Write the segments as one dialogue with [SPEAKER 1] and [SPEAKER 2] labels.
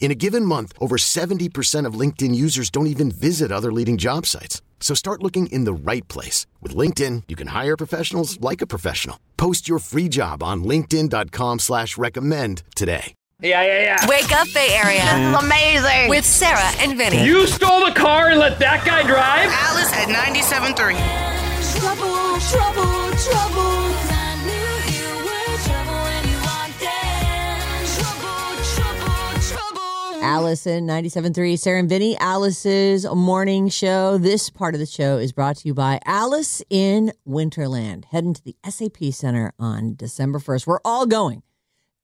[SPEAKER 1] In a given month, over 70% of LinkedIn users don't even visit other leading job sites. So start looking in the right place. With LinkedIn, you can hire professionals like a professional. Post your free job on linkedin.com slash recommend today.
[SPEAKER 2] Yeah, yeah, yeah.
[SPEAKER 3] Wake up, Bay Area,
[SPEAKER 4] This is amazing.
[SPEAKER 3] with Sarah and Vinny.
[SPEAKER 2] You stole the car and let that guy drive?
[SPEAKER 4] Alice at 97.3.
[SPEAKER 5] Trouble, trouble, trouble. I knew you were trouble when you walked in. Trouble, trouble, trouble.
[SPEAKER 6] Allison 97.3, Sarah and Vinny, Alice's morning show. This part of the show is brought to you by Alice in Winterland. Heading to the SAP Center on December 1st. We're all going.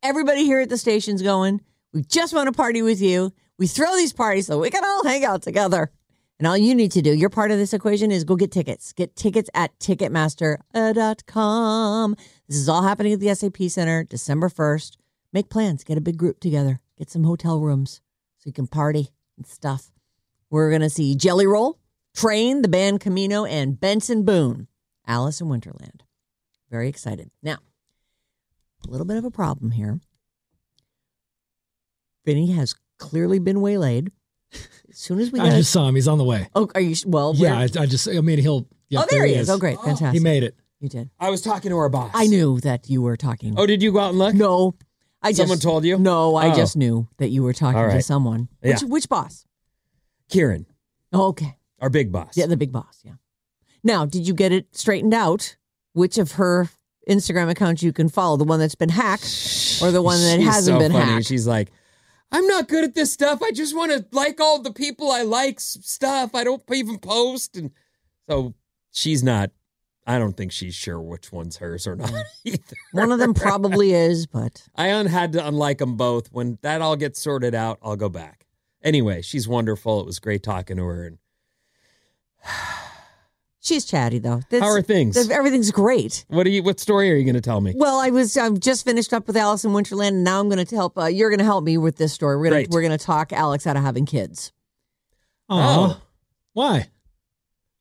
[SPEAKER 6] Everybody here at the station's going. We just want to party with you. We throw these parties so we can all hang out together. And all you need to do, your part of this equation is go get tickets. Get tickets at ticketmaster.com. This is all happening at the SAP Center December 1st. Make plans, get a big group together, get some hotel rooms so you can party and stuff. We're going to see Jelly Roll, Train, the band Camino, and Benson Boone, Alice in Wonderland. Very excited. Now, a little bit of a problem here. Vinny has clearly been waylaid. As soon as we got
[SPEAKER 7] I just saw him. Heis on the way.
[SPEAKER 6] Oh, are you? Well,
[SPEAKER 7] Yeah,
[SPEAKER 6] where-
[SPEAKER 7] I, I just. I mean, he'll. Yeah,
[SPEAKER 6] oh, there he is. Oh, great. Fantastic.
[SPEAKER 7] He made it.
[SPEAKER 6] You did.
[SPEAKER 8] I was talking to our boss.
[SPEAKER 6] I knew that you were talking.
[SPEAKER 8] Oh, did you go out and look?
[SPEAKER 6] no. I just,
[SPEAKER 8] Someone told you?
[SPEAKER 6] No, I
[SPEAKER 8] Oh.
[SPEAKER 6] just knew that you were talking
[SPEAKER 8] All
[SPEAKER 6] to
[SPEAKER 8] right.
[SPEAKER 6] someone. Which,
[SPEAKER 8] Yeah.
[SPEAKER 6] which boss?
[SPEAKER 8] Kieran,
[SPEAKER 6] Oh, okay.
[SPEAKER 8] our big boss.
[SPEAKER 6] Yeah, the big boss. Yeah. Now, did you get it straightened out? Which of her Instagram accounts you can follow? The one that's been hacked or the one that
[SPEAKER 8] She's
[SPEAKER 6] hasn't
[SPEAKER 8] so
[SPEAKER 6] been
[SPEAKER 8] funny.
[SPEAKER 6] hacked?
[SPEAKER 8] She's like, I'm not good at this stuff. I just want to like all the people I like s- stuff. I don't even post. And so she's not, I don't think she's sure which one's hers or not
[SPEAKER 6] Mm.
[SPEAKER 8] either.
[SPEAKER 6] One of them probably is, but
[SPEAKER 8] I un- had to unlike them both. When that all gets sorted out, I'll go back. Anyway, she's wonderful. It was great talking to her. And
[SPEAKER 6] she's chatty though. That's,
[SPEAKER 8] How are things?
[SPEAKER 6] that- Everything's great.
[SPEAKER 8] what, are you, what story are you going to tell me?
[SPEAKER 6] Well, I was I've just finished up with Alice in Winterland, and now I'm going to help. Uh, you're going to help me with this story. We're going
[SPEAKER 8] Great.
[SPEAKER 6] we're going to talk Alex out of having kids.
[SPEAKER 7] Aw.
[SPEAKER 8] Oh.
[SPEAKER 7] Why?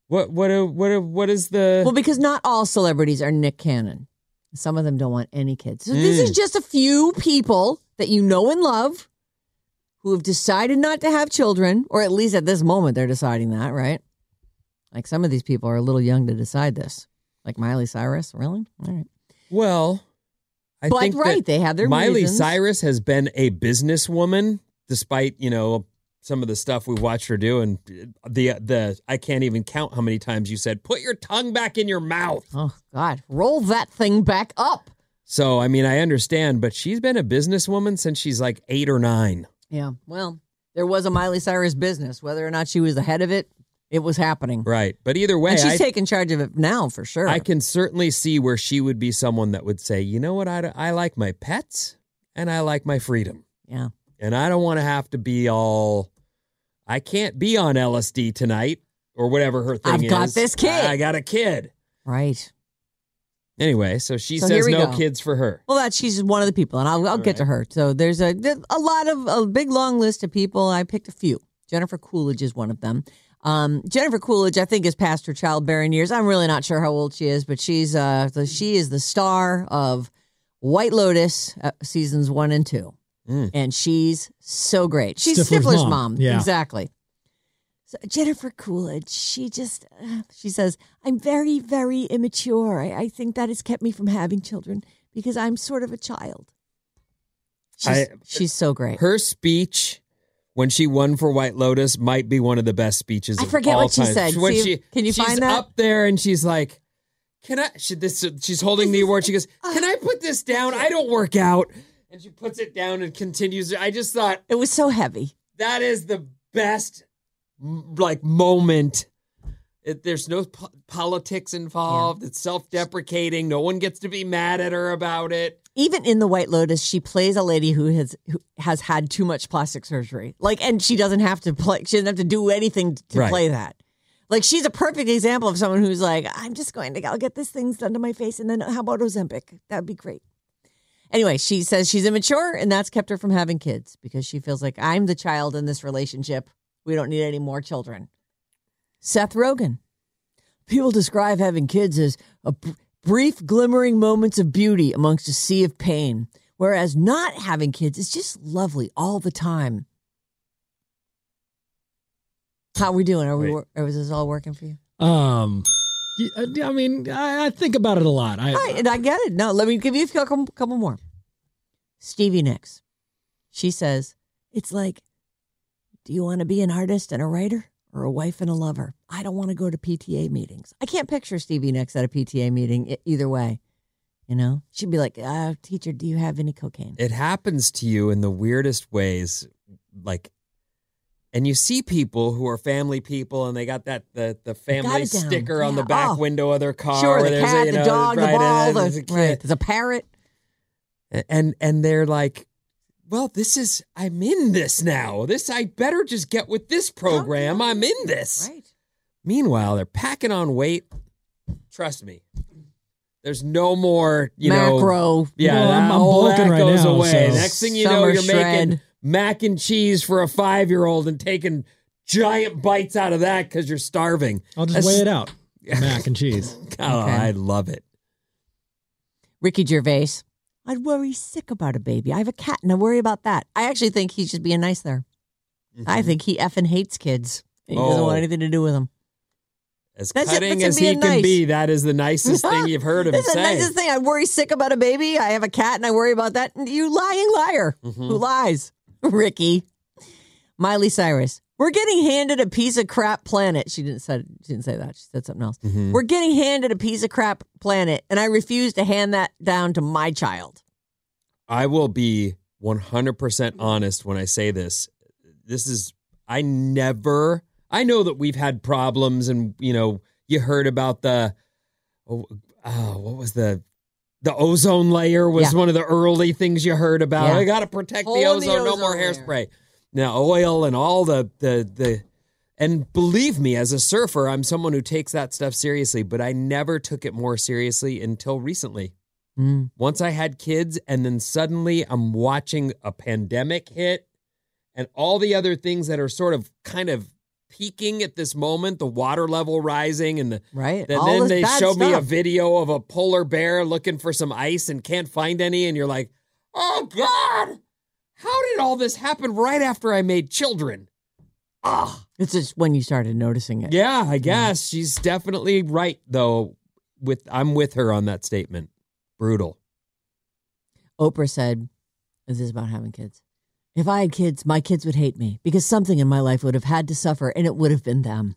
[SPEAKER 8] What, what, what, what is the.
[SPEAKER 6] Well, because not all celebrities are Nick Cannon. Some of them don't want any kids. So this
[SPEAKER 8] Mm.
[SPEAKER 6] is just a few people that you know and love who have decided not to have children, or at least at this moment they're deciding that, right? Like some of these people are a little young to decide this. Like Miley Cyrus, really? All right.
[SPEAKER 8] Well, I
[SPEAKER 6] But
[SPEAKER 8] think that
[SPEAKER 6] right, they have their
[SPEAKER 8] Miley
[SPEAKER 6] reasons.
[SPEAKER 8] Cyrus has been a businesswoman, despite you know some of the stuff we watched her do, and the the I can't even count how many times you said put your tongue back in your mouth.
[SPEAKER 6] Oh God, roll that thing back up.
[SPEAKER 8] So I mean, I understand, but she's been a businesswoman since she's like eight or nine.
[SPEAKER 6] Yeah. Well, there was a Miley Cyrus business. Whether or not she was the head of it, it was happening.
[SPEAKER 8] Right, but either way,
[SPEAKER 6] and she's
[SPEAKER 8] I,
[SPEAKER 6] taking charge of it now for sure.
[SPEAKER 8] I can certainly see where she would be someone that would say, you know what, I, I like my pets and I like my freedom.
[SPEAKER 6] yeah.
[SPEAKER 8] and I don't want to have to be all. I can't be on LSD tonight or whatever her thing
[SPEAKER 6] I've
[SPEAKER 8] is.
[SPEAKER 6] got this kid.
[SPEAKER 8] I got a kid.
[SPEAKER 6] Right.
[SPEAKER 8] Anyway, so she
[SPEAKER 6] So here
[SPEAKER 8] says
[SPEAKER 6] we
[SPEAKER 8] no
[SPEAKER 6] go.
[SPEAKER 8] kids for her.
[SPEAKER 6] Well, that she's one of the people, and I'll, I'll get to her. So there's a there's a lot of a big long list of people. I picked a few. Jennifer Coolidge is one of them. Um, Jennifer Coolidge, I think, is past her childbearing years. I'm really not sure how old she is, but she's uh the, she is the star of White Lotus uh, seasons one and two,
[SPEAKER 8] Mm.
[SPEAKER 6] and she's so great. She's Stifler's,
[SPEAKER 7] Stifler's
[SPEAKER 6] mom,
[SPEAKER 7] mom. Yeah.
[SPEAKER 6] exactly. So Jennifer Coolidge, she just, uh, she says, I'm very, very immature. I, I think that has kept me from having children because I'm sort of a child. She's,
[SPEAKER 8] I-
[SPEAKER 6] she's so great.
[SPEAKER 8] Her speech when she won for White Lotus might be one of the best speeches.
[SPEAKER 6] I
[SPEAKER 8] of
[SPEAKER 6] forget
[SPEAKER 8] all
[SPEAKER 6] what she
[SPEAKER 8] time.
[SPEAKER 6] said.
[SPEAKER 8] When
[SPEAKER 6] See if- can you
[SPEAKER 8] she's
[SPEAKER 6] find that?
[SPEAKER 8] up there and she's like, can I? She, this, she's holding the award. She goes, can I put this down? I don't work out. And she puts it down and continues. I just thought
[SPEAKER 6] It was so heavy.
[SPEAKER 8] that is the best, m- like moment. It, there's no po- politics involved. It's self-deprecating. No one gets to be mad at her about it.
[SPEAKER 6] Even in the White Lotus, she plays a lady who has who has had too much plastic surgery. Like, and she doesn't have to play. She doesn't have to do anything to
[SPEAKER 8] Right.
[SPEAKER 6] play that. Like, she's a perfect example of someone who's like, I'm just going to I'll get this thing done to my face, and then how about Ozempic? That'd be great. Anyway, she says she's immature, and that's kept her from having kids because she feels like I'm the child in this relationship. We don't need any more children. Seth Rogen. People describe having kids as a br- brief, glimmering moments of beauty amongst a sea of pain, whereas not having kids is just lovely all the time. How we doing? Are we?
[SPEAKER 8] Wait.
[SPEAKER 6] wor- Or is this all working for you?
[SPEAKER 7] Um, yeah, I mean, I, I think about it a lot. I,
[SPEAKER 6] All right, and I get it. No, let me give you a couple, couple more. Stevie Nicks. She says, It's like, do you want to be an artist and a writer or a wife and a lover? I don't want to go to PTA meetings. I can't picture Stevie Nicks at a PTA meeting e- either way. You know, she'd be like, uh, Teacher, do you have any cocaine?
[SPEAKER 8] it happens to you in the weirdest ways like and you see people who are family people and they got that the, the family
[SPEAKER 6] it down.
[SPEAKER 8] sticker on
[SPEAKER 6] Yeah.
[SPEAKER 8] the back
[SPEAKER 6] Oh.
[SPEAKER 8] window of their car
[SPEAKER 6] sure,
[SPEAKER 8] where
[SPEAKER 6] the
[SPEAKER 8] there's a,
[SPEAKER 6] cat,
[SPEAKER 8] you
[SPEAKER 6] the
[SPEAKER 8] know,
[SPEAKER 6] dog,
[SPEAKER 8] right,
[SPEAKER 6] the ball,
[SPEAKER 8] and then there's
[SPEAKER 6] the,
[SPEAKER 8] a
[SPEAKER 6] right,
[SPEAKER 8] kid.
[SPEAKER 6] there's a parrot.
[SPEAKER 8] and and they're like well this is i'm in this now this i better just get with this program i'm in this
[SPEAKER 6] Right.
[SPEAKER 8] meanwhile they're packing on weight trust me there's no more you know
[SPEAKER 6] Macro.
[SPEAKER 8] yeah,
[SPEAKER 7] Well,
[SPEAKER 8] that,
[SPEAKER 7] I'm- I'm
[SPEAKER 8] all
[SPEAKER 7] bulking
[SPEAKER 8] that
[SPEAKER 7] right
[SPEAKER 8] goes
[SPEAKER 7] now,
[SPEAKER 8] away.
[SPEAKER 7] so-
[SPEAKER 8] Next thing you know,
[SPEAKER 6] Summer
[SPEAKER 8] you're
[SPEAKER 6] shred.
[SPEAKER 8] making mac and cheese for a five year old and taking giant bites out of that because you're starving.
[SPEAKER 7] I'll just
[SPEAKER 8] That's-
[SPEAKER 7] weigh it out. Mac and cheese.
[SPEAKER 8] Oh,
[SPEAKER 6] Okay.
[SPEAKER 8] I love it.
[SPEAKER 6] Ricky Gervais. I'd worry sick about a baby. I have a cat and I worry about that. I actually think he's just being nice there. I think he effing hates kids. He doesn't
[SPEAKER 8] Mm-hmm. Oh.
[SPEAKER 6] want anything to do with them.
[SPEAKER 8] As
[SPEAKER 6] That's it,
[SPEAKER 8] cutting
[SPEAKER 6] that's
[SPEAKER 8] as
[SPEAKER 6] him
[SPEAKER 8] he
[SPEAKER 6] being
[SPEAKER 8] can
[SPEAKER 6] nice.
[SPEAKER 8] be, that is the nicest thing you've heard him
[SPEAKER 6] That's the
[SPEAKER 8] say.
[SPEAKER 6] nicest thing. I worry sick about a baby. I have a cat and I worry about that. You lying liar
[SPEAKER 8] Mm-hmm. Mm.
[SPEAKER 6] who lies, Ricky. Miley Cyrus. We're getting handed a piece of crap planet. She didn't said she didn't say that. She said something else.
[SPEAKER 8] Mm-hmm. Mm.
[SPEAKER 6] We're getting handed a piece of crap planet, and I refuse to hand that down to my child.
[SPEAKER 8] I will be 100% honest when I say this. This is, I never, I know that we've had problems and, you know, you heard about the, oh, oh, what was the, the ozone layer was
[SPEAKER 6] Yeah.
[SPEAKER 8] one of the early things you heard about.
[SPEAKER 6] Yeah.
[SPEAKER 8] I got to protect
[SPEAKER 6] Hole in
[SPEAKER 8] the
[SPEAKER 6] the
[SPEAKER 8] ozone, no
[SPEAKER 6] ozone
[SPEAKER 8] more
[SPEAKER 6] layer.
[SPEAKER 8] hairspray. Now, oil and all the, the, the, and believe me, as a surfer, I'm someone who takes that stuff seriously, but I never took it more seriously until recently
[SPEAKER 6] Mm.
[SPEAKER 8] once I had kids, and then suddenly I'm watching a pandemic hit and all the other things that are sort of kind of peaking at this moment the water level rising and the
[SPEAKER 6] Right?
[SPEAKER 8] then,
[SPEAKER 6] All
[SPEAKER 8] then
[SPEAKER 6] this
[SPEAKER 8] they
[SPEAKER 6] bad
[SPEAKER 8] show me a
[SPEAKER 6] stuff.
[SPEAKER 8] video of a polar bear looking for some ice and can't find any and you're like oh god how did all this happen right after i made children ah
[SPEAKER 6] It's just when you started noticing it.
[SPEAKER 8] yeah i guess she's definitely right though with i'm with her on that statement brutal
[SPEAKER 6] Oprah said, This is about having kids. If I had kids, my kids would hate me because something in my life would have had to suffer and it would have been them.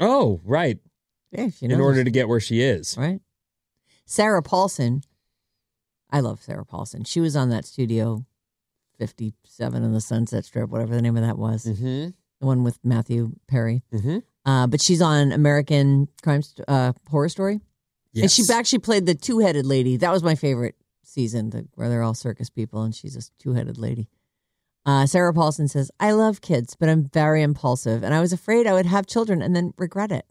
[SPEAKER 8] oh right
[SPEAKER 6] Yeah, she
[SPEAKER 8] in order to get where she is.
[SPEAKER 6] Right. Sarah Paulson. I love Sarah Paulson. She was on that studio 57 in the Sunset Strip, whatever the name of that was,
[SPEAKER 8] Mm-hmm.
[SPEAKER 6] the one with Matthew Perry.
[SPEAKER 8] Mm-hmm.
[SPEAKER 6] Uh, but she's on American Crime St- uh, Horror Story.
[SPEAKER 8] Yes.
[SPEAKER 6] And she actually played the two headed lady. That was my favorite season, the, where they're all circus people and she's a two headed lady. Uh, Sarah Paulson says, I love kids, but I'm very impulsive, and I was afraid I would have children and then regret it.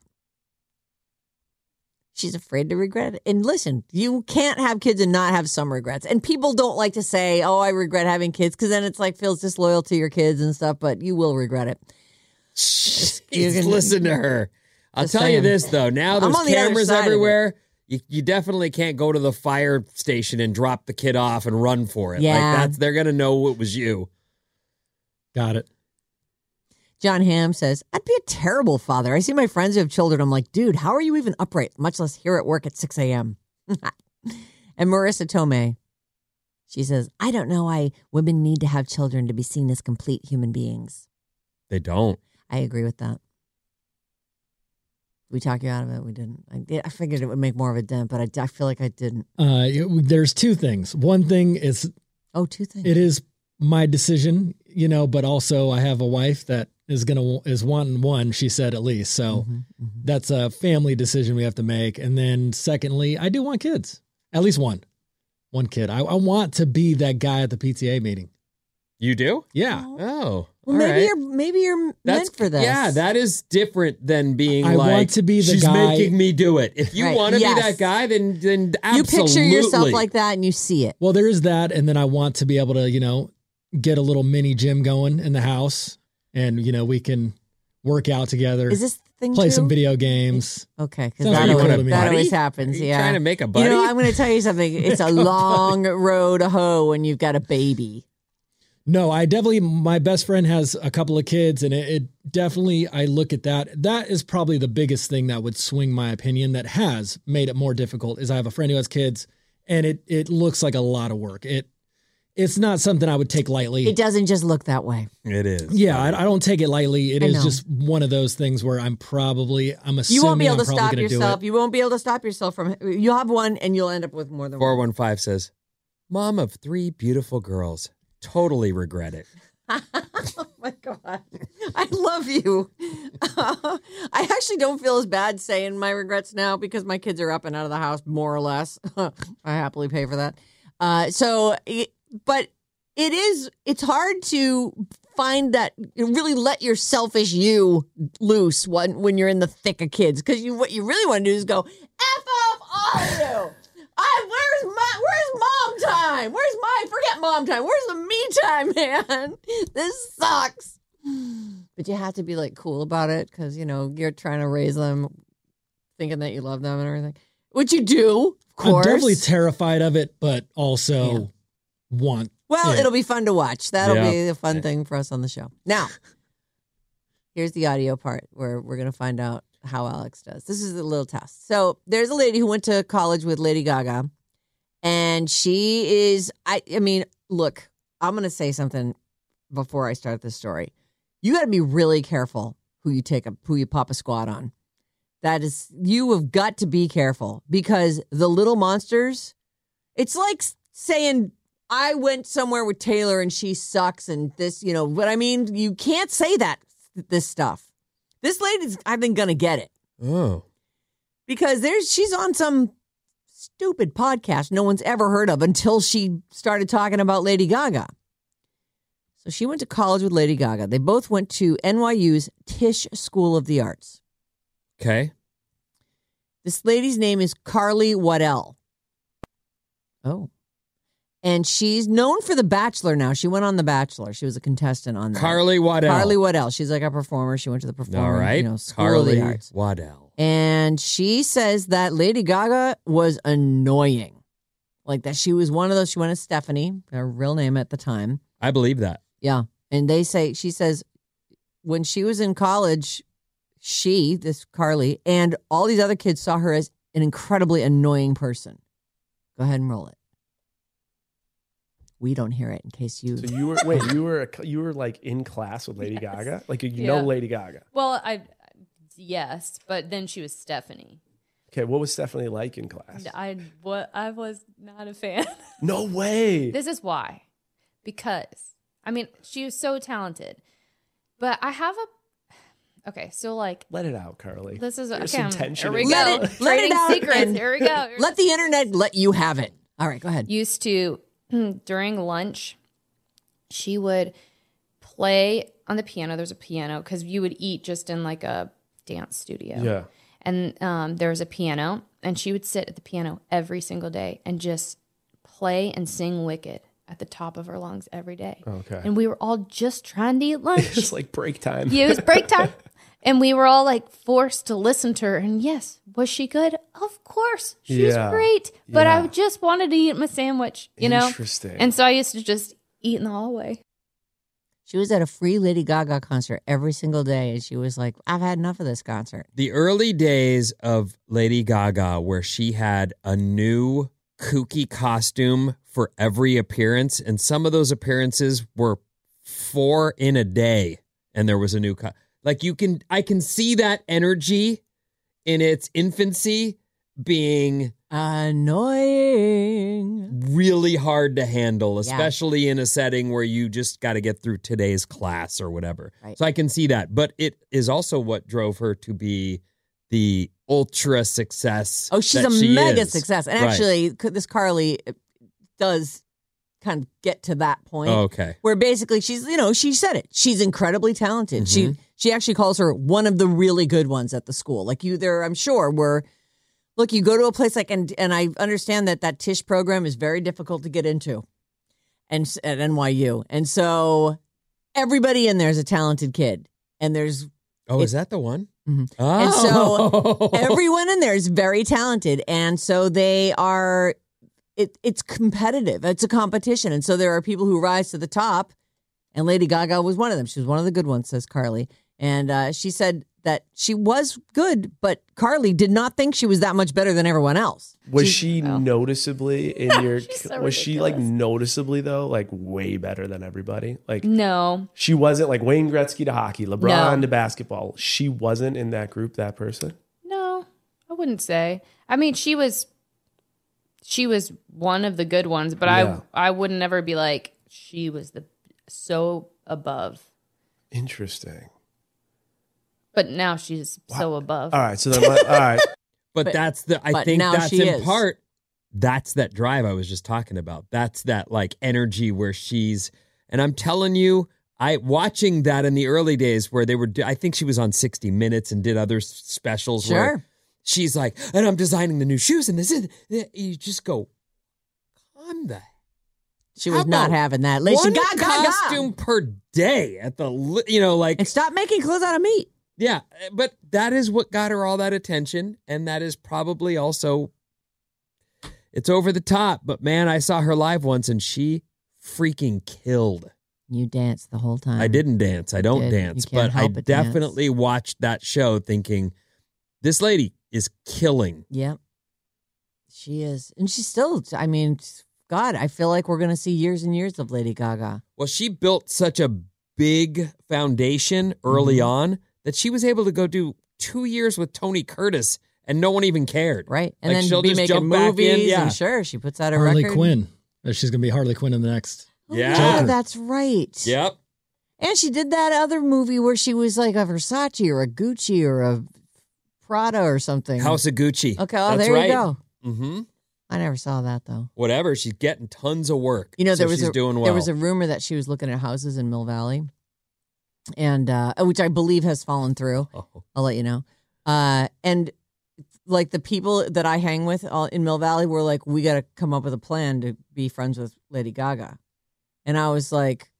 [SPEAKER 6] She's afraid to regret it. And listen, you can't have kids and not have some regrets. And people don't like to say, oh, I regret having kids, because then it's like feels disloyal to your kids and stuff, but you will regret it. You
[SPEAKER 8] Jeez,
[SPEAKER 6] can-
[SPEAKER 8] listen to her. I'll
[SPEAKER 6] Just
[SPEAKER 8] tell you
[SPEAKER 6] saying.
[SPEAKER 8] this though. Now
[SPEAKER 6] I'm
[SPEAKER 8] there's
[SPEAKER 6] on the other
[SPEAKER 8] cameras
[SPEAKER 6] side of it.
[SPEAKER 8] everywhere. You, you definitely can't go to the fire station and drop the kid off and run for it. Like
[SPEAKER 6] Yeah.
[SPEAKER 8] that's they're gonna know it was you.
[SPEAKER 7] Got it.
[SPEAKER 6] John Hamm says, I'd be a terrible father. I see my friends who have children. I'm like, dude, how are you even upright, much less here at work at 6 a.m.? and Marissa Tomei, she says, I don't know why women need to have children to be seen as complete human beings.
[SPEAKER 8] They don't.
[SPEAKER 6] I agree with that. we talk you out of it? We didn't. I, yeah, I figured it would make more of a dent, but I, I feel like I didn't.
[SPEAKER 7] Uh, it- there's two things. One thing is
[SPEAKER 6] Oh, two things.
[SPEAKER 7] it is my decision, you know, but also I have a wife that is gonna is wanting one. She said at least so. That's a family decision we have to make. And then secondly, I do want kids, at least one, one kid. I, I want to be that guy at the PTA meeting.
[SPEAKER 8] You do?
[SPEAKER 7] Yeah.
[SPEAKER 8] Oh.
[SPEAKER 6] Well,
[SPEAKER 8] all
[SPEAKER 6] maybe
[SPEAKER 8] right.
[SPEAKER 6] you're maybe you're meant for this.
[SPEAKER 8] Yeah, that is different than being
[SPEAKER 7] I
[SPEAKER 8] like
[SPEAKER 7] want to be the
[SPEAKER 8] she's
[SPEAKER 7] guy-
[SPEAKER 8] making me do it. If you
[SPEAKER 6] Right,
[SPEAKER 8] want to
[SPEAKER 6] yes.
[SPEAKER 8] be that guy, then then
[SPEAKER 6] you
[SPEAKER 8] absolutely.
[SPEAKER 6] picture yourself like that and you see it.
[SPEAKER 7] Well, there is that, and then I want to be able to, you know, get a little mini gym going in the house, and you know we can work out together,
[SPEAKER 6] Is this the thing?
[SPEAKER 7] play
[SPEAKER 6] too?
[SPEAKER 7] some video games.
[SPEAKER 6] Okay, because
[SPEAKER 7] Sounds
[SPEAKER 6] that,
[SPEAKER 7] like you
[SPEAKER 6] always,
[SPEAKER 7] wanna be
[SPEAKER 6] that
[SPEAKER 7] buddy.
[SPEAKER 6] always happens.
[SPEAKER 8] Are you
[SPEAKER 6] yeah.
[SPEAKER 8] trying to make a
[SPEAKER 6] You
[SPEAKER 8] buddy.
[SPEAKER 6] know, I'm going to tell you something. It's a long road to hoe when you've got a baby.
[SPEAKER 7] No, I definitely. My best friend has a couple of kids, and it, it definitely. I look at that. That is probably the biggest thing that would swing my opinion. That has made it more difficult. Is I have a friend who has kids, and it it looks like a lot of work. It it's not something I would take lightly.
[SPEAKER 6] It doesn't just look that way.
[SPEAKER 8] it is.
[SPEAKER 7] yeah, I, I don't take it lightly. It
[SPEAKER 6] I
[SPEAKER 7] is
[SPEAKER 6] know.
[SPEAKER 7] just one of those things where I'm probably I'm assuming
[SPEAKER 6] You won't be able
[SPEAKER 7] I'm
[SPEAKER 6] to
[SPEAKER 7] probably
[SPEAKER 6] stop
[SPEAKER 7] gonna do it.
[SPEAKER 6] yourself. You won't be able to stop yourself from. You'll have one, and you'll end up with more than one.
[SPEAKER 8] Four one five says, "Mom of three beautiful girls. Totally regret it."
[SPEAKER 6] oh my god, I love you. I actually don't feel as bad saying my regrets now because my kids are up and out of the house more or less. I happily pay for that. Uh, so, it- but it is it's hard to find that really let your selfish you loose when when you're in the thick of kids because you what you really want to do is go f off all of you. I where's my where's mom time? Where's my forget mom time? Where's the me time, man? This sucks. But you have to be like cool about it because you know you're trying to raise them, thinking that you love them and everything, which you do, of course.
[SPEAKER 7] I'm definitely terrified of it, but also
[SPEAKER 6] Yeah.
[SPEAKER 7] want.
[SPEAKER 6] Well,
[SPEAKER 7] Yeah.
[SPEAKER 6] it'll be fun to watch. That'll
[SPEAKER 8] Yeah.
[SPEAKER 6] be a fun thing for us on the show. Now, here's the audio part where we're going to find out how Alex does. This is a little test. So, there's a lady who went to college with Lady Gaga, and she is, I, I mean, look, I'm going to say something before I start this story. You got to be really careful who you take a, who you pop a squat on. That is, you have got to be careful because the little monsters, it's like saying, I went somewhere with Taylor and she sucks and this, you know, but I mean, you can't say that, this stuff. This lady's, I think, gonna get it
[SPEAKER 8] Oh,
[SPEAKER 6] because there's, she's on some stupid podcast no one's ever heard of until she started talking about Lady Gaga. So she went to college with Lady Gaga. They both went to NYU's Tisch School of the Arts.
[SPEAKER 8] okay.
[SPEAKER 6] This lady's name is Carly Waddell. Oh. And she's known for The Bachelor now. She went on The Bachelor. She was a contestant on that.
[SPEAKER 8] Carly Waddell.
[SPEAKER 6] Carly Waddell. She's like a performer. She went to the performing,
[SPEAKER 8] All right.
[SPEAKER 6] you know, school of
[SPEAKER 8] Carly
[SPEAKER 6] the arts.
[SPEAKER 8] Waddell.
[SPEAKER 6] And she says that Lady Gaga was annoying. Like that she was one of those, she went as Stephanie, her real name at the time.
[SPEAKER 8] I believe that.
[SPEAKER 6] Yeah. And they say, she says, when she was in college, she, this Carly, and all these other kids saw her as an incredibly annoying person. Go ahead and roll it. We don't hear it in case you.
[SPEAKER 2] So you were wait, you were a, you were like in class with Lady Gaga, like you
[SPEAKER 5] Yeah.
[SPEAKER 2] know Lady Gaga.
[SPEAKER 5] Well, I yes, but then she was Stephanie.
[SPEAKER 2] Okay, what was Stephanie like in class?
[SPEAKER 5] I what I was not a fan.
[SPEAKER 2] No way.
[SPEAKER 5] this is why. Because I mean, she was so talented. But I have a Okay, so like
[SPEAKER 2] Let it out, Carly.
[SPEAKER 5] this is
[SPEAKER 2] There's
[SPEAKER 5] okay.
[SPEAKER 2] some
[SPEAKER 5] I'm-
[SPEAKER 2] tension
[SPEAKER 5] Here we
[SPEAKER 2] in
[SPEAKER 5] go.
[SPEAKER 2] that.
[SPEAKER 6] Let it- let it
[SPEAKER 5] Trading
[SPEAKER 6] out
[SPEAKER 5] secrets.
[SPEAKER 6] and-
[SPEAKER 5] Here we go.
[SPEAKER 6] let the internet let you have it. All right, go ahead.
[SPEAKER 5] used to during lunch she would play on the piano there's a piano because you would eat just in like a dance studio
[SPEAKER 2] Yeah.
[SPEAKER 5] and um, there was a piano and she would sit at the piano every single day and just play and sing wicked at the top of her lungs every day
[SPEAKER 2] Okay.
[SPEAKER 5] and we were all just trying to eat lunch
[SPEAKER 2] It's like break time.
[SPEAKER 5] yeah, it was break time. And we were all like forced to listen to her. And yes, was she good? Of course. She
[SPEAKER 2] Yeah.
[SPEAKER 5] was great. But
[SPEAKER 2] Yeah.
[SPEAKER 5] I just wanted to eat my sandwich, you know?
[SPEAKER 2] Interesting.
[SPEAKER 5] And so I used to just eat in the hallway.
[SPEAKER 6] She was at a free Lady Gaga concert every single day, and she was like, I've had enough of this concert.
[SPEAKER 8] The early days of Lady Gaga, where she had a new kooky costume for every appearance, and some of those appearances were four in a day, and there was a new co- like you can I can see that energy
[SPEAKER 7] in its infancy being
[SPEAKER 6] annoying,
[SPEAKER 7] really hard to handle,
[SPEAKER 6] Yeah.
[SPEAKER 7] especially in a setting where you just got to get through today's class or whatever.
[SPEAKER 6] Right.
[SPEAKER 7] So I can see that. But it is also what drove her to be the ultra success.
[SPEAKER 6] Oh, she's
[SPEAKER 7] that
[SPEAKER 6] a
[SPEAKER 7] she
[SPEAKER 6] mega
[SPEAKER 7] is.
[SPEAKER 6] success. And
[SPEAKER 7] Right.
[SPEAKER 6] actually, c- this Carly uh, does kind of get to that point
[SPEAKER 7] Oh, Okay.
[SPEAKER 6] where basically she's, you know, she said it. She's incredibly talented. She
[SPEAKER 7] Mm-hmm.
[SPEAKER 6] she actually calls her one of the really good ones at the school. Like you there, I'm sure, were look, you go to a place like and and I understand that that Tish program is very difficult to get into, and s- at NYU, and so everybody in there is a talented kid, and there's
[SPEAKER 7] Oh, is that the one?
[SPEAKER 6] Mhm. so
[SPEAKER 7] Oh.
[SPEAKER 6] everyone in there is very talented and so they are it, it's competitive it's a competition and so there are people who rise to the top and lady gaga was one of them she was one of the good ones says carly and uh, she said that she was good but carly did not think she was that much better than everyone else
[SPEAKER 9] Was she
[SPEAKER 6] Oh.
[SPEAKER 9] noticeably in your?
[SPEAKER 5] so
[SPEAKER 9] was she like noticeably though, like way better than everybody? Like
[SPEAKER 5] No.
[SPEAKER 9] she wasn't like Wayne Gretzky to hockey, LeBron to basketball. She wasn't in that group. That person.
[SPEAKER 5] No, I wouldn't say. I mean, she was she was one of the good ones, but
[SPEAKER 9] Yeah.
[SPEAKER 5] I I wouldn't ever be like she was the so above.
[SPEAKER 9] Interesting.
[SPEAKER 5] But now she's so above.
[SPEAKER 9] All right. So then, what- all right.
[SPEAKER 7] But,
[SPEAKER 6] But-
[SPEAKER 7] that's the, I
[SPEAKER 6] but
[SPEAKER 7] think
[SPEAKER 6] now
[SPEAKER 7] that's
[SPEAKER 6] she
[SPEAKER 7] in
[SPEAKER 6] is.
[SPEAKER 7] part, that's that drive I was just talking about. That's that like energy where she's, and I'm telling you, I watching that in the early days where they were, I think she was on 60 Minutes and did other s- specials where
[SPEAKER 6] sure
[SPEAKER 7] she's like, and I'm designing the new shoes, and this is you just go, calm the
[SPEAKER 6] she
[SPEAKER 7] How
[SPEAKER 6] was not
[SPEAKER 7] about
[SPEAKER 6] having that lady
[SPEAKER 7] one
[SPEAKER 6] gaga
[SPEAKER 7] costume
[SPEAKER 6] costume
[SPEAKER 7] per day at the li- you know like
[SPEAKER 6] and stop making clothes out of meat
[SPEAKER 7] yeah, but that is what got her all that attention, and that is probably also it's over the top. But man, I saw her live once, and she freaking killed.
[SPEAKER 6] you danced the whole time
[SPEAKER 7] I didn't dance. I don't
[SPEAKER 6] did. Um, You
[SPEAKER 7] dance,
[SPEAKER 6] can't
[SPEAKER 7] but I
[SPEAKER 6] help but dance.
[SPEAKER 7] definitely watched that show thinking this lady is killing.
[SPEAKER 6] Yep. She is. And she's still, I mean, God, I feel like we're going to see years and years of Lady Gaga.
[SPEAKER 7] Well, she built such a big foundation early
[SPEAKER 2] Mm-hmm.
[SPEAKER 6] Mhm.
[SPEAKER 7] on that she was able to go do two years with Tony Curtis and no one even cared.
[SPEAKER 6] Right. And
[SPEAKER 7] Like,
[SPEAKER 6] then
[SPEAKER 7] she'll
[SPEAKER 6] be
[SPEAKER 7] just
[SPEAKER 6] making
[SPEAKER 7] jump back in,
[SPEAKER 6] movies.
[SPEAKER 7] yeah.
[SPEAKER 6] And sure, she puts out a
[SPEAKER 8] Harley
[SPEAKER 6] record.
[SPEAKER 8] Quinn. Uh, She's gonna be Harley Quinn in the next.
[SPEAKER 6] Oh,
[SPEAKER 7] Yeah.
[SPEAKER 6] yeah,
[SPEAKER 8] Joker.
[SPEAKER 6] that's right.
[SPEAKER 7] Yep.
[SPEAKER 6] And she did that other movie where she was like a Versace or a Gucci or a Prada or something.
[SPEAKER 7] House of Gucci.
[SPEAKER 6] okay, oh,
[SPEAKER 7] That's
[SPEAKER 6] there
[SPEAKER 7] right.
[SPEAKER 6] you go.
[SPEAKER 7] Mm-hmm.
[SPEAKER 6] I never saw that though.
[SPEAKER 7] Whatever. She's getting tons of work.
[SPEAKER 6] You know,
[SPEAKER 7] So
[SPEAKER 6] there was
[SPEAKER 7] she's
[SPEAKER 6] a
[SPEAKER 7] doing well.
[SPEAKER 6] there was a rumor that she was looking at houses in Mill Valley, and uh, which I believe has fallen through.
[SPEAKER 7] Oh.
[SPEAKER 6] I'll let you know. Uh, and like the people that I hang with all in Mill Valley were like, we got to come up with a plan to be friends with Lady Gaga. And I was like,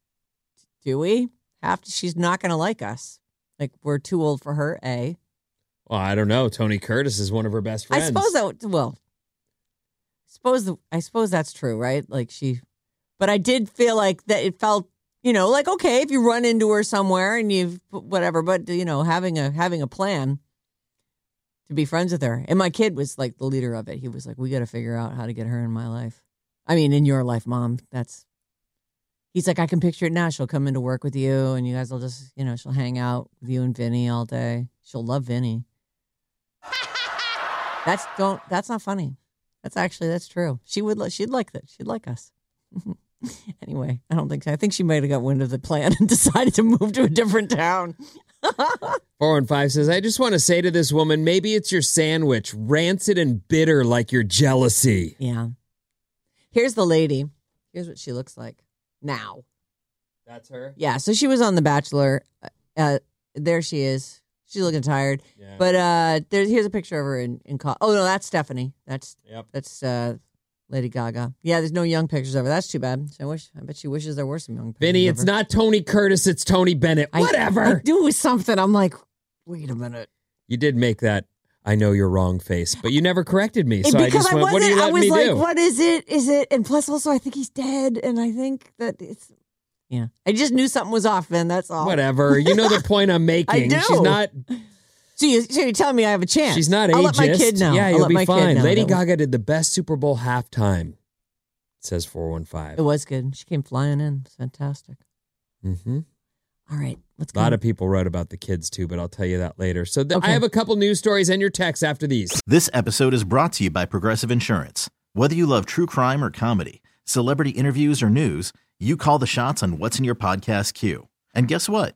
[SPEAKER 6] do we have to? She's not going to like us. Like we're too old for her. A.
[SPEAKER 7] Well, I don't know. Tony Curtis is one of her best
[SPEAKER 6] I
[SPEAKER 7] friends.
[SPEAKER 6] suppose that would- well, suppose the, I suppose that's true, right? Like she, but I did feel like that it felt, you know, like okay, if you run into her somewhere and you've whatever, but you know, having a having a plan to be friends with her, and my kid was like the leader of it. He was like, we got to figure out how to get her in my life. I mean, in your life, mom. That's he's like, I can picture it now. She'll come into work with you, and you guys will just, you know, she'll hang out with you and Vinny all day. She'll love Vinny. That's don't. That's not funny. That's actually that's true. She would. li- She'd like that. She'd like us. anyway, I don't think. so. I think she might have got wind of the plan and decided to move to a different town.
[SPEAKER 7] 415 says, I just want to say to this woman, maybe it's your sandwich, rancid and bitter like your jealousy.
[SPEAKER 6] Yeah. Here's the lady. Here's what she looks like now.
[SPEAKER 7] That's her?
[SPEAKER 6] Yeah. So she was on The Bachelor. Uh, there she is. She's looking tired.
[SPEAKER 7] Yeah.
[SPEAKER 6] But uh, there's here's a picture of her in in. Co- oh no, that's Stephanie. That's
[SPEAKER 7] Yep.
[SPEAKER 6] that's uh, Lady Gaga. Yeah, there's no young pictures of her. That's too bad. I wish. I bet she wishes there were some young. pictures
[SPEAKER 7] Vinny,
[SPEAKER 6] of
[SPEAKER 7] it's
[SPEAKER 6] her.
[SPEAKER 7] not Tony Curtis, it's Tony Bennett.
[SPEAKER 6] I-
[SPEAKER 7] Whatever.
[SPEAKER 6] I do something. I'm like, wait a minute.
[SPEAKER 7] you did make that I know you're wrong face, but you never corrected me. So I
[SPEAKER 6] because
[SPEAKER 7] just
[SPEAKER 6] I,
[SPEAKER 7] went,
[SPEAKER 6] wasn't.
[SPEAKER 7] what do you
[SPEAKER 6] I
[SPEAKER 7] let
[SPEAKER 6] was
[SPEAKER 7] me
[SPEAKER 6] like,
[SPEAKER 7] do?
[SPEAKER 6] what is it? Is it? And plus, also, I think he's dead, and I think that it's. Yeah, I just knew something was off, man. That's all.
[SPEAKER 7] Whatever. You know the point I'm making.
[SPEAKER 6] do.
[SPEAKER 7] She's not
[SPEAKER 6] So you, so you tell me I have a chance?
[SPEAKER 7] She's not ageist.
[SPEAKER 6] I'll let my kid know.
[SPEAKER 7] Yeah,
[SPEAKER 6] I'll
[SPEAKER 7] you'll
[SPEAKER 6] let
[SPEAKER 7] be
[SPEAKER 6] my kid
[SPEAKER 7] fine.
[SPEAKER 6] know
[SPEAKER 7] Lady
[SPEAKER 6] that we-
[SPEAKER 7] Gaga did the best Super Bowl halftime, says
[SPEAKER 6] It
[SPEAKER 7] 415.
[SPEAKER 6] was good. She came flying in. It's fantastic.
[SPEAKER 7] Mm-hmm.
[SPEAKER 6] All right, Let's
[SPEAKER 7] a lot of people wrote about the kids too, but I'll tell you that later. So th-
[SPEAKER 10] Okay.
[SPEAKER 7] I have a couple news stories and your texts after these.
[SPEAKER 10] This episode is brought to you by Progressive Insurance. Whether you love true crime or comedy, celebrity interviews or news, you call the shots on what's in your podcast queue. And guess what?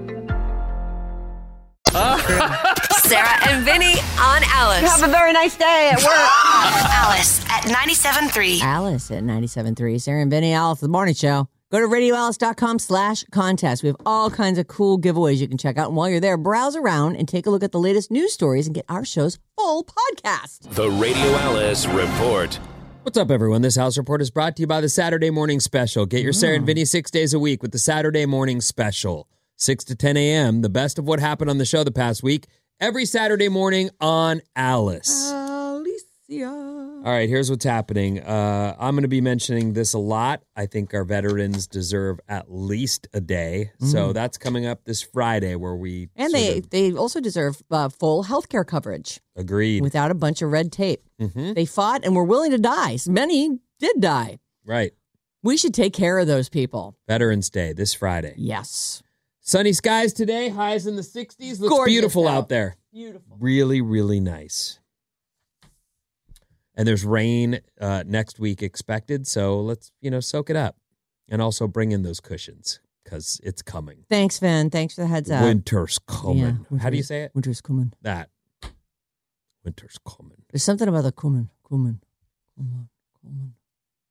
[SPEAKER 3] Sarah and Vinny on Alice.
[SPEAKER 6] Have a very nice day at work.
[SPEAKER 3] Alice at 97.3.
[SPEAKER 6] Alice at 97.3, Sarah and Vinny, Alice, the morning show. Go to radioalice.com slash contest. We have all kinds of cool giveaways you can check out. And while you're there, browse around and take a look at the latest news stories and get our show's full podcast.
[SPEAKER 11] The Radio Alice Report.
[SPEAKER 7] What's up, everyone? This house report is brought to you by the Saturday Morning Special. Get your
[SPEAKER 6] Mm.
[SPEAKER 7] Sarah and Vinny six days a week with the Saturday Morning Special, 6 to 10 a.m., the best of what happened on the show the past week, every Saturday morning on Alice. All right, here's what's happening. Uh, I'm going to be mentioning this a lot. I think our veterans deserve at least a day. So
[SPEAKER 6] Mhm.
[SPEAKER 7] that's coming up this Friday where we
[SPEAKER 6] And
[SPEAKER 7] sort
[SPEAKER 6] they,
[SPEAKER 7] of
[SPEAKER 6] they also deserve uh, full health care coverage
[SPEAKER 7] agreed.
[SPEAKER 6] without a bunch of red tape.
[SPEAKER 7] Mhm.
[SPEAKER 6] They fought and were willing to die. Many did die.
[SPEAKER 7] Right.
[SPEAKER 6] We should take care of those people.
[SPEAKER 7] Veterans Day this Friday.
[SPEAKER 6] Yes.
[SPEAKER 7] Sunny skies today, highs in the 60s. Looks
[SPEAKER 6] Gorgeous
[SPEAKER 7] beautiful
[SPEAKER 6] out.
[SPEAKER 7] out there.
[SPEAKER 6] Beautiful.
[SPEAKER 7] Really, really nice. And there's rain uh, next week expected. So let's, you know, soak it up and also bring in those cushions because it's coming.
[SPEAKER 6] Thanks, Vin. Thanks for the heads up.
[SPEAKER 7] Winter's coming.
[SPEAKER 6] Yeah,
[SPEAKER 7] How do you
[SPEAKER 6] winter's-
[SPEAKER 7] say it?
[SPEAKER 6] Winter's coming.
[SPEAKER 7] That. Winter's coming.
[SPEAKER 6] There's something about the coming, coming, coming, coming.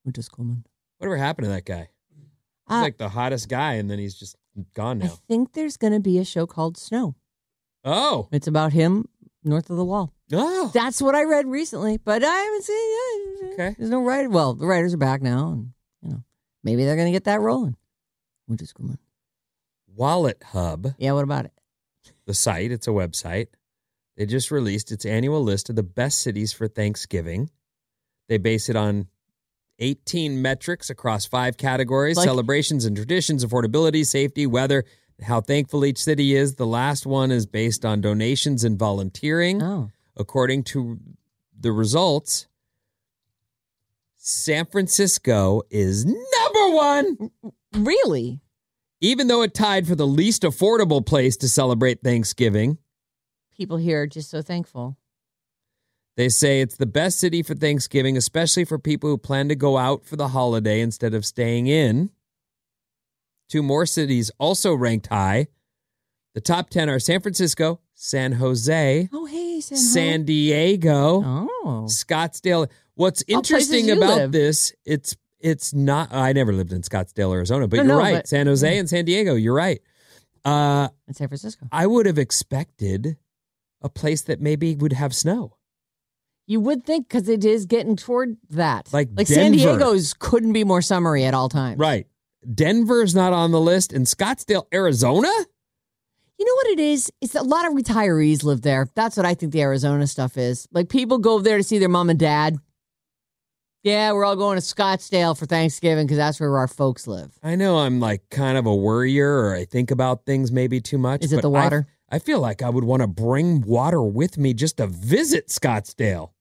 [SPEAKER 6] Winter's coming.
[SPEAKER 7] Whatever happened to that guy? He's
[SPEAKER 6] Uh,
[SPEAKER 7] like the hottest guy, and then he's just gone
[SPEAKER 6] I
[SPEAKER 7] now.
[SPEAKER 6] think there's going to be a show called Snow.
[SPEAKER 7] Oh.
[SPEAKER 6] It's about him north of the wall.
[SPEAKER 7] Oh.
[SPEAKER 6] That's what I read recently, but I haven't seen it.
[SPEAKER 7] Okay.
[SPEAKER 6] There's no writer. Well, the writers are back now, and you know maybe they're going to get that rolling. Winter's coming.
[SPEAKER 7] Wallet Hub.
[SPEAKER 6] Yeah, what about it?
[SPEAKER 7] The site, it's a website. They just released its annual list of the best cities for Thanksgiving. They base it on 18 metrics across five categories
[SPEAKER 12] Like-
[SPEAKER 7] celebrations and traditions, affordability, safety, weather, how thankful each city is. The last one is based on donations and volunteering.
[SPEAKER 6] Oh.
[SPEAKER 7] According to the results, San Francisco is number one.
[SPEAKER 6] Really?
[SPEAKER 7] Even though it tied for the least affordable place to celebrate Thanksgiving,
[SPEAKER 6] People here are just so thankful.
[SPEAKER 7] they say it's the best city for Thanksgiving, especially for people who plan to go out for the holiday instead of staying in. Two more cities also ranked high. The top 10 are San Francisco, San Jose,
[SPEAKER 6] Oh, hey, San.
[SPEAKER 7] San Diego,
[SPEAKER 6] Oh.
[SPEAKER 7] Scottsdale. What's
[SPEAKER 6] All places
[SPEAKER 7] interesting
[SPEAKER 6] you
[SPEAKER 7] about
[SPEAKER 6] live.
[SPEAKER 7] this, it's it's not I never lived in Scottsdale, Arizona, but
[SPEAKER 6] No,
[SPEAKER 7] you're
[SPEAKER 6] no,
[SPEAKER 7] right.
[SPEAKER 6] but-
[SPEAKER 7] San Jose and San Diego, you're right. Uh
[SPEAKER 6] and San Francisco.
[SPEAKER 7] I would have expected a place that maybe would have snow.
[SPEAKER 6] You would think because it is getting toward that.
[SPEAKER 7] Like
[SPEAKER 6] like San
[SPEAKER 7] Denver.
[SPEAKER 6] Diego's couldn't be more summery at all times.
[SPEAKER 7] Right. Denver's not on the list and Scottsdale, Arizona?
[SPEAKER 6] You know what it is? It's a lot of retirees live there. That's what I think the Arizona stuff is. Like people go there to see their mom and dad. Yeah, we're all going to Scottsdale for Thanksgiving because that's where our folks live.
[SPEAKER 7] I know I'm like kind of a worrier or I think about things maybe too much.
[SPEAKER 6] Is it
[SPEAKER 7] but
[SPEAKER 6] the
[SPEAKER 7] I-
[SPEAKER 6] water?
[SPEAKER 7] I, feel like I would want to bring water with me just to visit Scottsdale.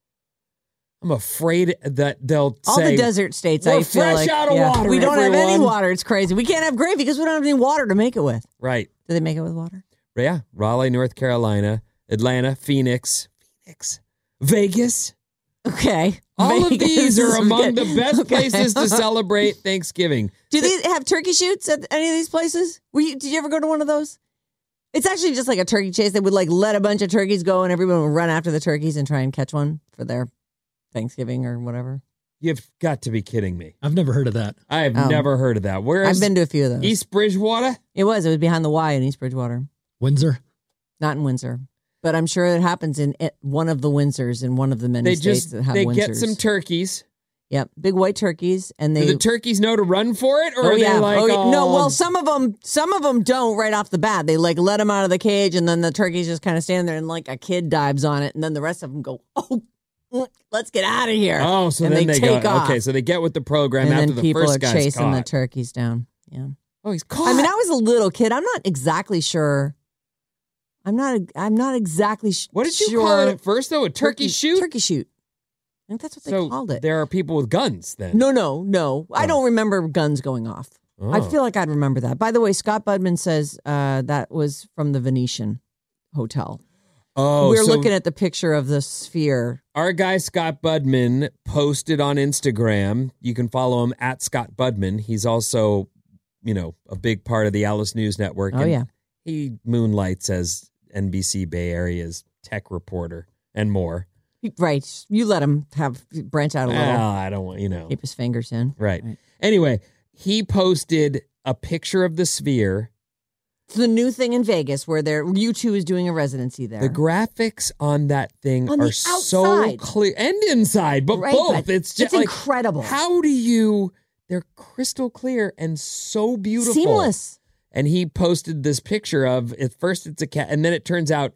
[SPEAKER 7] I'm afraid that they'll
[SPEAKER 6] All the
[SPEAKER 7] say,
[SPEAKER 6] desert states,
[SPEAKER 7] We're
[SPEAKER 6] I feel
[SPEAKER 7] fresh
[SPEAKER 6] like
[SPEAKER 7] out of
[SPEAKER 6] yeah,
[SPEAKER 7] water,
[SPEAKER 6] We don't have any
[SPEAKER 7] everyone."
[SPEAKER 6] water. It's crazy. We can't have gravy because we don't have any water to make it with.
[SPEAKER 7] Right.
[SPEAKER 6] Do they make it with water?
[SPEAKER 7] Yeah. Raleigh, North Carolina, Atlanta, Phoenix, Phoenix, Vegas.
[SPEAKER 6] Okay.
[SPEAKER 7] All of these
[SPEAKER 6] Vegas.
[SPEAKER 7] are among the best
[SPEAKER 6] Okay.
[SPEAKER 7] places to celebrate Thanksgiving.
[SPEAKER 6] Do they have turkey shoots at any of these places? Were you, did you ever go to one of those? It's actually just like a turkey chase. They would like let a bunch of turkeys go, and everyone would run after the turkeys and try and catch one for their Thanksgiving or whatever.
[SPEAKER 7] You've got to be kidding me.
[SPEAKER 8] I've never heard of that.
[SPEAKER 7] I have
[SPEAKER 6] Um,
[SPEAKER 7] never heard of that. Where is
[SPEAKER 6] I've been to a few of those.
[SPEAKER 7] East Bridgewater?
[SPEAKER 6] It was. It was behind the Y in East Bridgewater,
[SPEAKER 8] Windsor.
[SPEAKER 6] not in Windsor, but I'm sure it happens in it, one of the Windsors in one of the many
[SPEAKER 7] They
[SPEAKER 6] states
[SPEAKER 7] just
[SPEAKER 6] that have
[SPEAKER 7] they
[SPEAKER 6] Windsors.
[SPEAKER 7] get some turkeys.
[SPEAKER 6] Yep, big white turkeys, and they
[SPEAKER 7] Do the turkeys know to run for it, or are they like, oh,
[SPEAKER 6] no. Well, some of them, some of them don't right off the bat. They like let them out of the cage, and then the turkeys just kind of stand there, and like a kid dives on it, and then the rest of them go, "Oh, mm, let's get out of here!"
[SPEAKER 7] Oh, so
[SPEAKER 6] and
[SPEAKER 7] then they,
[SPEAKER 6] take
[SPEAKER 7] go,
[SPEAKER 6] off.
[SPEAKER 7] Okay, so they get with the program
[SPEAKER 6] and
[SPEAKER 7] after
[SPEAKER 6] then
[SPEAKER 7] the
[SPEAKER 6] people
[SPEAKER 7] first
[SPEAKER 6] are
[SPEAKER 7] guy's
[SPEAKER 6] chasing
[SPEAKER 7] caught.
[SPEAKER 6] the turkeys down. Yeah.
[SPEAKER 7] Oh, he's caught.
[SPEAKER 6] I mean, I was a little kid. I'm not exactly sure. I'm not. I'm not exactly sh-
[SPEAKER 7] what did you
[SPEAKER 6] sure.
[SPEAKER 7] call it at first though? A turkey, shoot?
[SPEAKER 6] Turkey shoot. I think that's what they
[SPEAKER 7] so
[SPEAKER 6] called it.
[SPEAKER 7] There are people with guns then.
[SPEAKER 6] No, no, no. I don't remember guns going off. I
[SPEAKER 7] Oh.
[SPEAKER 6] feel like I'd remember that. By the way, Scott Budman says uh, that was from the Venetian Hotel.
[SPEAKER 7] Oh,
[SPEAKER 6] we're
[SPEAKER 7] so
[SPEAKER 6] looking at the picture of the sphere.
[SPEAKER 7] our guy Scott Budman posted on Instagram. You can follow him at Scott Budman. He's also, you know, a big part of the Alice News Network.
[SPEAKER 6] Oh,
[SPEAKER 7] and
[SPEAKER 6] yeah.
[SPEAKER 7] he moonlights as NBC Bay Area's tech reporter and more.
[SPEAKER 6] Right, you let him have branch out a little.
[SPEAKER 7] Well, Ah, I don't want you know.
[SPEAKER 6] Keep his fingers in.
[SPEAKER 7] Right. Anyway, he posted a picture of the sphere.
[SPEAKER 6] It's the new thing in Vegas where they're you two is doing a residency there.
[SPEAKER 7] The graphics on that thing
[SPEAKER 6] On the
[SPEAKER 7] are so
[SPEAKER 6] outside.
[SPEAKER 7] clear and inside, but
[SPEAKER 6] Right,
[SPEAKER 7] both.
[SPEAKER 6] but
[SPEAKER 7] it's just
[SPEAKER 6] it's incredible.
[SPEAKER 7] How do you? They're crystal clear and so beautiful,
[SPEAKER 6] Seamless.
[SPEAKER 7] And he posted this picture of at first it's a cat, and then it turns out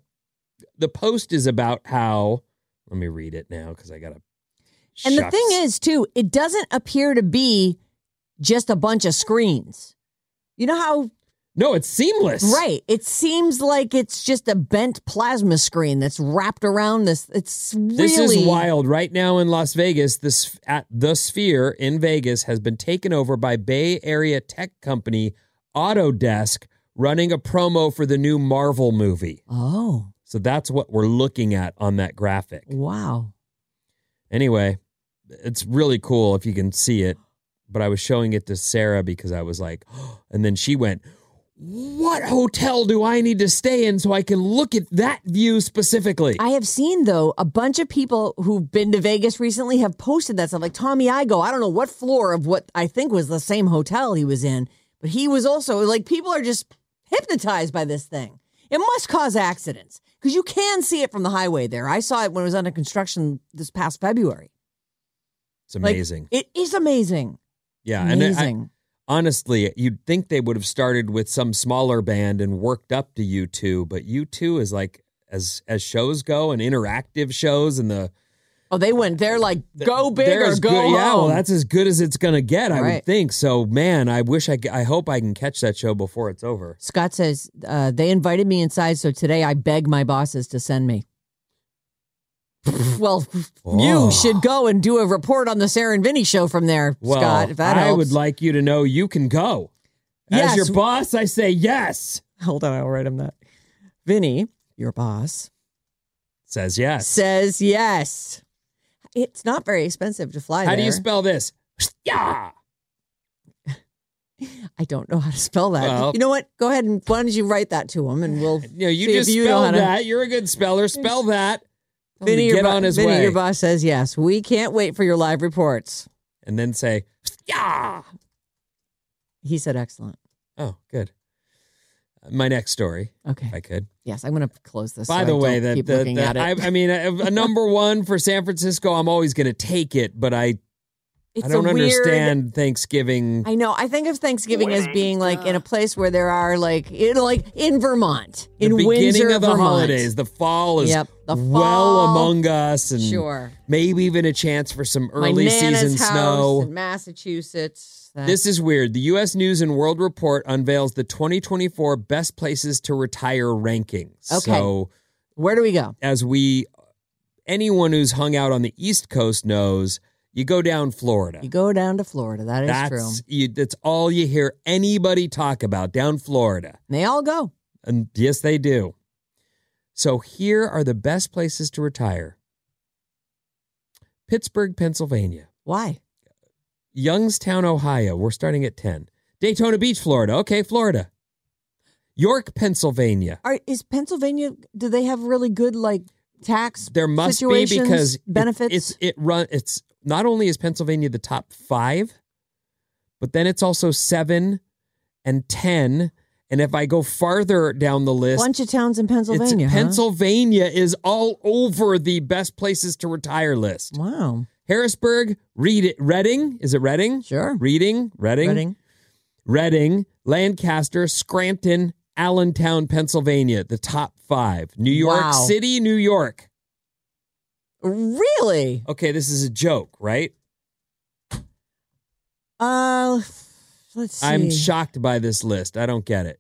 [SPEAKER 7] the post is about how. Let me read it now because I got to.
[SPEAKER 6] And the thing is, too, it doesn't appear to be just a bunch of screens. You know how
[SPEAKER 7] no, it's seamless,
[SPEAKER 6] Right. It seems like it's just a bent plasma screen that's wrapped around this. It's really
[SPEAKER 7] This is wild. Right now in Las Vegas, this at the Sphere in Vegas has been taken over by Bay Area tech company Autodesk, running a promo for the new Marvel movie.
[SPEAKER 6] Oh,
[SPEAKER 7] So that's what we're looking at on that graphic.
[SPEAKER 6] wow.
[SPEAKER 7] Anyway, it's really cool if you can see it. But I was showing it to Sarah because I was like, and then she went, "What hotel do I need to stay in so I can look at that view specifically?"
[SPEAKER 6] I have seen though a bunch of people who've been to Vegas recently have posted that stuff. Like Tommy Igo, I don't know what floor of what I think was the same hotel he was in, but he was also like people are just hypnotized by this thing. It must cause accidents because you can see it from the highway there. I saw it when it was under construction this past February.
[SPEAKER 7] It's amazing.
[SPEAKER 6] Like, it is amazing.
[SPEAKER 7] Yeah, and
[SPEAKER 6] Amazing.
[SPEAKER 7] I, honestly, you'd think they would have started with some smaller band and worked up to U two, but U two is like as as shows go and interactive shows and the
[SPEAKER 6] Oh, they went. They're like, go big
[SPEAKER 7] they're
[SPEAKER 6] or
[SPEAKER 7] as
[SPEAKER 6] go
[SPEAKER 7] good,
[SPEAKER 6] home.
[SPEAKER 7] yeah, well, that's as good as it's gonna get, I would
[SPEAKER 6] Right.
[SPEAKER 7] think. So, man, I wish I c- I hope I can catch that show before it's over.
[SPEAKER 6] Scott says uh, they invited me inside, so today I beg my bosses to send me. well,
[SPEAKER 7] Oh.
[SPEAKER 6] you should go and do a report on the Sarah and Vinny show from there,
[SPEAKER 7] Well,
[SPEAKER 6] Scott. If that
[SPEAKER 7] I
[SPEAKER 6] helps.
[SPEAKER 7] would like you to know you can go. As
[SPEAKER 6] Yes.
[SPEAKER 7] your boss, I say yes.
[SPEAKER 6] Hold on, I'll write him that. Vinny, your boss,
[SPEAKER 7] Says yes.
[SPEAKER 6] says yes. It's not very expensive to fly
[SPEAKER 7] How
[SPEAKER 6] there.
[SPEAKER 7] do you spell this? Yeah.
[SPEAKER 6] I don't know how to spell that.
[SPEAKER 7] Well-
[SPEAKER 6] you know what? Go ahead and why don't you write that to him, and we'll
[SPEAKER 7] You know, you
[SPEAKER 6] see if
[SPEAKER 7] just
[SPEAKER 6] you know
[SPEAKER 7] spelled
[SPEAKER 6] how to-
[SPEAKER 7] that. You're a good speller. Spell that. Tell him to
[SPEAKER 6] Vinny, your,
[SPEAKER 7] get
[SPEAKER 6] bo-
[SPEAKER 7] on his
[SPEAKER 6] Vinny,
[SPEAKER 7] way.
[SPEAKER 6] your boss says yes. We can't wait for your live reports.
[SPEAKER 7] and then say, yeah.
[SPEAKER 6] He said excellent.
[SPEAKER 7] Oh, good. My next story.
[SPEAKER 6] Okay.
[SPEAKER 7] If I could.
[SPEAKER 6] Yes, I'm going to close this.
[SPEAKER 7] By
[SPEAKER 6] so I
[SPEAKER 7] the way,
[SPEAKER 6] don't
[SPEAKER 7] that,
[SPEAKER 6] keep
[SPEAKER 7] that-
[SPEAKER 6] looking
[SPEAKER 7] that-
[SPEAKER 6] at it.
[SPEAKER 7] I, I mean, uh, a, a number one for San Francisco, I'm always going to take it, but I, I don't understand Thanksgiving.
[SPEAKER 6] I know. I think of Thanksgiving as being like in a place where there are like, you know, like in Vermont,
[SPEAKER 7] the
[SPEAKER 6] in
[SPEAKER 7] beginning
[SPEAKER 6] Windsor,
[SPEAKER 7] of the
[SPEAKER 6] Vermont.
[SPEAKER 7] holidays, the fall is
[SPEAKER 6] Yep, the
[SPEAKER 7] well
[SPEAKER 6] fall.
[SPEAKER 7] among us, and
[SPEAKER 6] Sure.
[SPEAKER 7] maybe even a chance for some
[SPEAKER 6] My
[SPEAKER 7] early
[SPEAKER 6] Nana's
[SPEAKER 7] season
[SPEAKER 6] house
[SPEAKER 7] snow.
[SPEAKER 6] in Massachusetts. That-
[SPEAKER 7] This is weird. The U.S. News and World Report unveils the 2024 best places to retire rankings.
[SPEAKER 6] Okay.
[SPEAKER 7] So
[SPEAKER 6] where do we go?
[SPEAKER 7] as we anyone who's hung out on the East Coast knows you go down Florida.
[SPEAKER 6] You go down to Florida. That is
[SPEAKER 7] that's,
[SPEAKER 6] true.
[SPEAKER 7] You, that's all you hear anybody talk about down Florida.
[SPEAKER 6] They all go.
[SPEAKER 7] And yes, they do. So here are the best places to retire Pittsburgh, Pennsylvania.
[SPEAKER 6] Why?
[SPEAKER 7] Youngstown, Ohio. We're starting at 10. Daytona Beach, Florida. Okay, Florida. York, Pennsylvania.
[SPEAKER 6] Are, is Pennsylvania? Do they have really good like tax?
[SPEAKER 7] There must be
[SPEAKER 6] situations,
[SPEAKER 7] because it-
[SPEAKER 6] benefits.
[SPEAKER 7] it's it run. It's not only is Pennsylvania the top five, but then it's also seven and ten. And if I go farther down
[SPEAKER 6] a
[SPEAKER 7] the list,
[SPEAKER 6] bunch of towns in
[SPEAKER 7] it's-
[SPEAKER 6] Pennsylvania. huh?
[SPEAKER 7] Pennsylvania is all over the best places to retire list.
[SPEAKER 6] Wow.
[SPEAKER 7] Harrisburg, Reed, Reading. Is it Reading?
[SPEAKER 6] Sure.
[SPEAKER 7] Reading, Reading,
[SPEAKER 6] Reading.
[SPEAKER 7] Reading, Lancaster, Scranton, Allentown, Pennsylvania. The top five. New York
[SPEAKER 6] Wow.
[SPEAKER 7] City, New York.
[SPEAKER 6] Really?
[SPEAKER 7] Okay, this is a joke, right?
[SPEAKER 6] Uh, let's see.
[SPEAKER 7] Oh. I'm shocked by this list. I don't get it.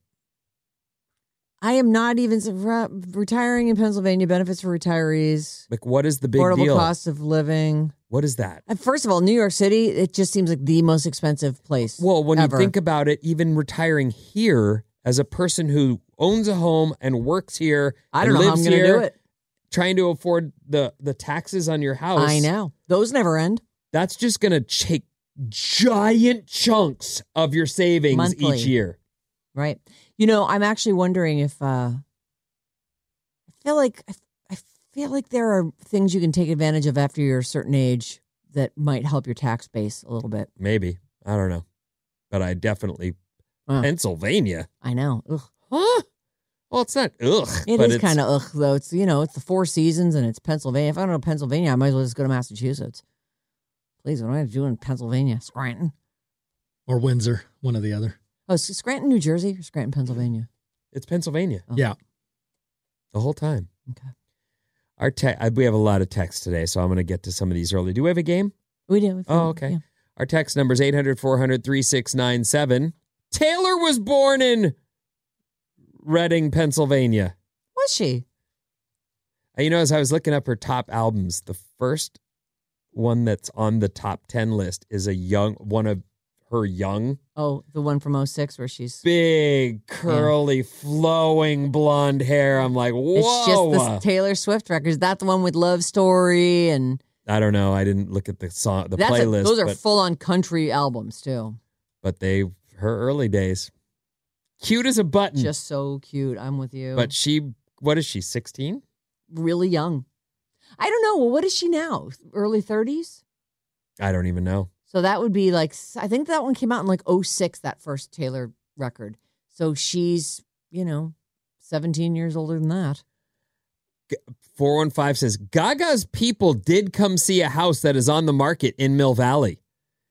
[SPEAKER 6] I am not even surpri- retiring in Pennsylvania. Benefits for retirees,
[SPEAKER 7] Like, what is the big
[SPEAKER 6] affordable
[SPEAKER 7] deal?
[SPEAKER 6] cost of living.
[SPEAKER 7] What is that?
[SPEAKER 6] And First of all, New York City. It just seems like the most expensive place.
[SPEAKER 7] Well, when
[SPEAKER 6] ever.
[SPEAKER 7] you think about it, even retiring here as a person who owns a home and works here,
[SPEAKER 6] I don't
[SPEAKER 7] and
[SPEAKER 6] know how I'm
[SPEAKER 7] lives
[SPEAKER 6] going to
[SPEAKER 7] here,
[SPEAKER 6] do it.
[SPEAKER 7] Trying to afford the the taxes on your house.
[SPEAKER 6] I know those never end.
[SPEAKER 7] That's just going to take giant chunks of your savings
[SPEAKER 6] Monthly.
[SPEAKER 7] each year.
[SPEAKER 6] Right. You know, I'm actually wondering if uh I feel like I, I feel like there are things you can take advantage of after you're a certain age that might help your tax base a little bit.
[SPEAKER 7] Maybe I don't know, but I definitely
[SPEAKER 6] Wow.
[SPEAKER 7] Pennsylvania.
[SPEAKER 6] I know. Ugh.
[SPEAKER 7] Huh? Well, it's not ugh.
[SPEAKER 6] It
[SPEAKER 7] but
[SPEAKER 6] is
[SPEAKER 7] it's-
[SPEAKER 6] kind of ugh though. It's you know, it's the four seasons and it's Pennsylvania. If I don't know Pennsylvania, I might as well just go to Massachusetts. Please, what am I doing in Pennsylvania? Scranton.
[SPEAKER 8] or Windsor, one or the other.
[SPEAKER 6] Oh, is Scranton, New Jersey or Scranton, Pennsylvania?
[SPEAKER 7] it's Pennsylvania
[SPEAKER 6] Oh.
[SPEAKER 8] Yeah.
[SPEAKER 7] the whole time.
[SPEAKER 6] Okay.
[SPEAKER 7] Our te- I- we have a lot of texts today, so I'm going to get to some of these early. Do we have a game?
[SPEAKER 6] We do. if you-
[SPEAKER 7] Oh, okay.
[SPEAKER 6] yeah.
[SPEAKER 7] Our text number is 800 400 3697. Taylor was born in Reading, Pennsylvania.
[SPEAKER 6] Was she?
[SPEAKER 7] And You know, as I was looking up her top albums, the first one that's on the top 10 list is a young one of her young,
[SPEAKER 6] Oh, the one from 06 where she's
[SPEAKER 7] big, curly, flowing blonde hair. I'm like,
[SPEAKER 6] It's just
[SPEAKER 7] whoa.
[SPEAKER 6] the Taylor Swift records. That's the one with Love Story, and
[SPEAKER 7] I don't know. I didn't look at the song, the
[SPEAKER 6] that's a-
[SPEAKER 7] playlist.
[SPEAKER 6] those are
[SPEAKER 7] but-
[SPEAKER 6] full on country albums too.
[SPEAKER 7] but they her early days cute as a button
[SPEAKER 6] Just so cute. I'm with you.
[SPEAKER 7] Hmm. but she what is she 16
[SPEAKER 6] really young. I don't know. Well, what is she now? Early 30s.
[SPEAKER 7] i don't even know
[SPEAKER 6] So that would be like I think that one came out in like 06, that first Taylor record. So she's you know 17 years older than that.
[SPEAKER 7] 415 says gaga's people did come see a house that is on the market in mill valley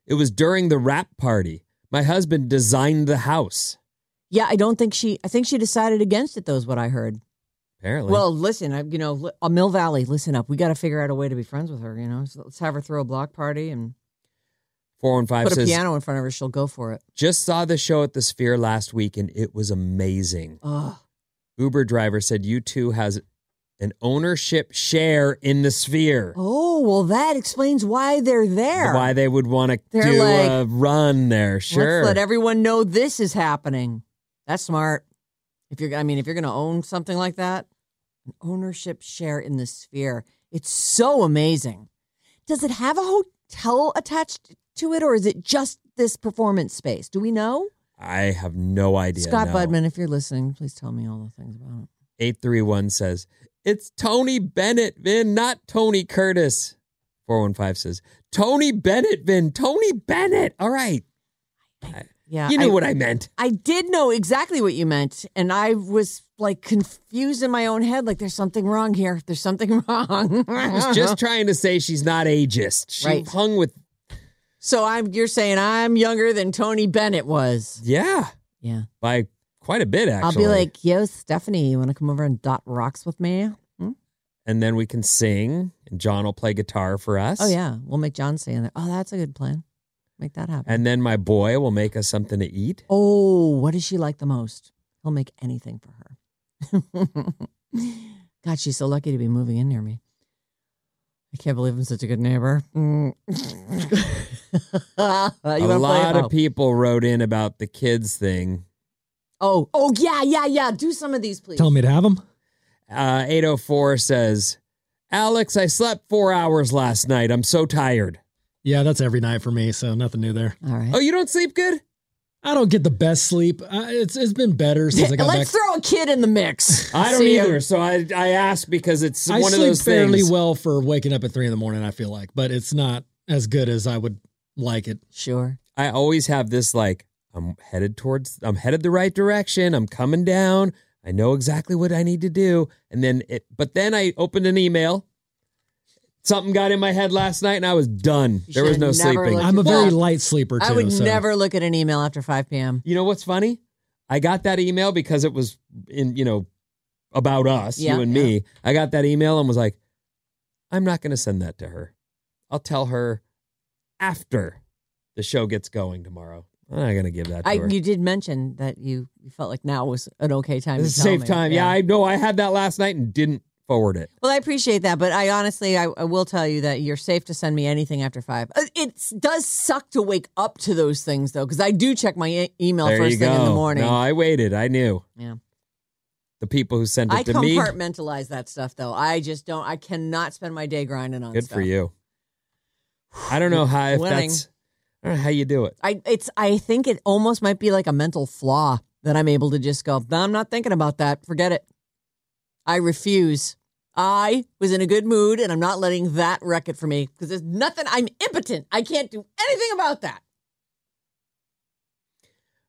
[SPEAKER 7] it was during the rap party my husband designed the house
[SPEAKER 6] Yeah, I don't think she. I think she decided against it. Though is what I heard.
[SPEAKER 7] apparently
[SPEAKER 6] Well, listen, I, you know, li- uh, Mill Valley, listen up. We got to figure out a way to be friends with her. You know, so let's have her throw a block party and
[SPEAKER 7] 415
[SPEAKER 6] put a
[SPEAKER 7] says
[SPEAKER 6] piano in front of her. She'll go for it.
[SPEAKER 7] just saw the show at the sphere last week and it was amazing
[SPEAKER 6] Ugh.
[SPEAKER 7] uber driver said you two has an ownership share in the sphere
[SPEAKER 6] Oh, well, that explains why they're there.
[SPEAKER 7] Why they would want to
[SPEAKER 6] They're
[SPEAKER 7] do
[SPEAKER 6] like,
[SPEAKER 7] a run there? Sure.
[SPEAKER 6] Let's let everyone know this is happening. That's smart. If you're, I mean, if you're going to own something like that, an ownership share in the sphere. It's so amazing. Does it have a hotel attached to it or is it just this performance space? Do we know?
[SPEAKER 7] I have no idea.
[SPEAKER 6] Scott
[SPEAKER 7] no.
[SPEAKER 6] Budman, if you're listening, please tell me all the things about it.
[SPEAKER 7] eight three one says it's Tony Bennett, Vin, not Tony Curtis. Four one five says Tony Bennett, Vin, Tony Bennett. All right,
[SPEAKER 6] Yeah,
[SPEAKER 7] you knew what I meant.
[SPEAKER 6] I did know exactly what you meant, and I was like confused in my own head. Like, there's something wrong here. There's something wrong.
[SPEAKER 7] I was just trying to say she's not ageist. She
[SPEAKER 6] Uh-huh. Right.
[SPEAKER 7] hung with
[SPEAKER 6] so I'm. You're saying I'm younger than Tony Bennett was.
[SPEAKER 7] yeah
[SPEAKER 6] Yeah,
[SPEAKER 7] by quite a bit actually.
[SPEAKER 6] I'll be like, yo, Stephanie, you want to come over and dot rocks with me? Hmm?
[SPEAKER 7] and then we can sing, and John will play guitar for us.
[SPEAKER 6] Oh yeah, we'll make John stay in there. Oh, that's a good plan. Make that happen.
[SPEAKER 7] and then my boy will make us something to eat.
[SPEAKER 6] Oh, what does she like the most? He'll make anything for her. God, she's so lucky to be moving in near me. I can't believe I'm such a good neighbor. Mm. Uh, you
[SPEAKER 7] a
[SPEAKER 6] wanna play?
[SPEAKER 7] lot
[SPEAKER 6] Oh.
[SPEAKER 7] of people wrote in about the kids thing.
[SPEAKER 6] Oh, oh yeah, yeah, yeah. Do some of these, please.
[SPEAKER 7] me to have them. Uh, 804 says, Alex, I slept four hours last night. I'm so tired.
[SPEAKER 8] Yeah, that's every night for me, so nothing new there.
[SPEAKER 6] All right.
[SPEAKER 7] Oh, you don't sleep good?
[SPEAKER 8] I don't get the best sleep. Uh, it's it's been better since I got back.
[SPEAKER 6] Let's throw a kid in the mix.
[SPEAKER 7] I don't
[SPEAKER 6] See
[SPEAKER 7] either.
[SPEAKER 6] if-
[SPEAKER 7] So I, I asked because it's
[SPEAKER 8] I
[SPEAKER 7] one of
[SPEAKER 8] sleep
[SPEAKER 7] those
[SPEAKER 8] fairly
[SPEAKER 7] things.
[SPEAKER 8] well for waking up at three in the morning. I feel like, but it's not as good as I would like it.
[SPEAKER 6] Sure.
[SPEAKER 7] I always have this like, I'm headed towards, I'm headed the right direction. I'm coming down. I know exactly what I need to do. And then it, but then I opened an email. Something got in my head last night and I was done. there was
[SPEAKER 6] should
[SPEAKER 7] no
[SPEAKER 6] never
[SPEAKER 7] sleeping.
[SPEAKER 6] look I'm a at very that. light
[SPEAKER 8] sleeper
[SPEAKER 6] I would never look at an email after 5 p.m.
[SPEAKER 7] You know what's funny? I got that email because it was in, you know, about us,
[SPEAKER 6] Yeah,
[SPEAKER 7] you and me. I got that email and was like, I'm not going to send that to her. I'll tell her after the show gets going tomorrow. I'm not going to give that to
[SPEAKER 6] I,
[SPEAKER 7] her.
[SPEAKER 6] you did mention that you, you felt like now was an okay time.
[SPEAKER 7] This
[SPEAKER 6] to
[SPEAKER 7] is
[SPEAKER 6] tell
[SPEAKER 7] safe
[SPEAKER 6] me.
[SPEAKER 7] time. Yeah. I know. I had that last night and didn't forward it.
[SPEAKER 6] Well, I appreciate that, but I honestly, I, I will tell you that you're safe to send me anything after five. Uh, It does suck to wake up to those things though, because I do check my e- email
[SPEAKER 7] there
[SPEAKER 6] first
[SPEAKER 7] you go.
[SPEAKER 6] thing in the morning.
[SPEAKER 7] No, I waited. I knew.
[SPEAKER 6] Yeah.
[SPEAKER 7] The people who sent it
[SPEAKER 6] I
[SPEAKER 7] to me.
[SPEAKER 6] compartmentalize that stuff though. I just don't. I cannot spend my day grinding on.
[SPEAKER 7] Good
[SPEAKER 6] stuff.
[SPEAKER 7] for you. I don't know how if
[SPEAKER 6] Winning.
[SPEAKER 7] that's. I don't know how you do it.
[SPEAKER 6] I it's. I think it almost might be like a mental flaw that I'm able to just go. "No, I'm not thinking about that. Forget it. I refuse. I was in a good mood, and I'm not letting that wreck it for me because there's nothing. I'm impotent. I can't do anything about that.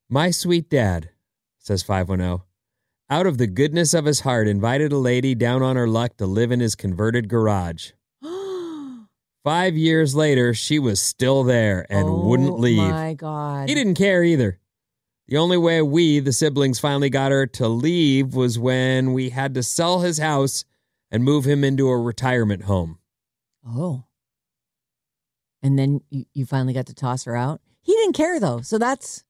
[SPEAKER 7] My sweet dad, says 510, out of the goodness of his heart, invited a lady down on her luck to live in his converted garage. Five years later, she was still there and wouldn't leave.
[SPEAKER 6] Oh My God.
[SPEAKER 7] He didn't care either. The only way we, the siblings, finally got her to leave was when we had to sell his house and move him into a retirement home.
[SPEAKER 6] Oh. And then you, you finally got to toss her out. He didn't care though, so that's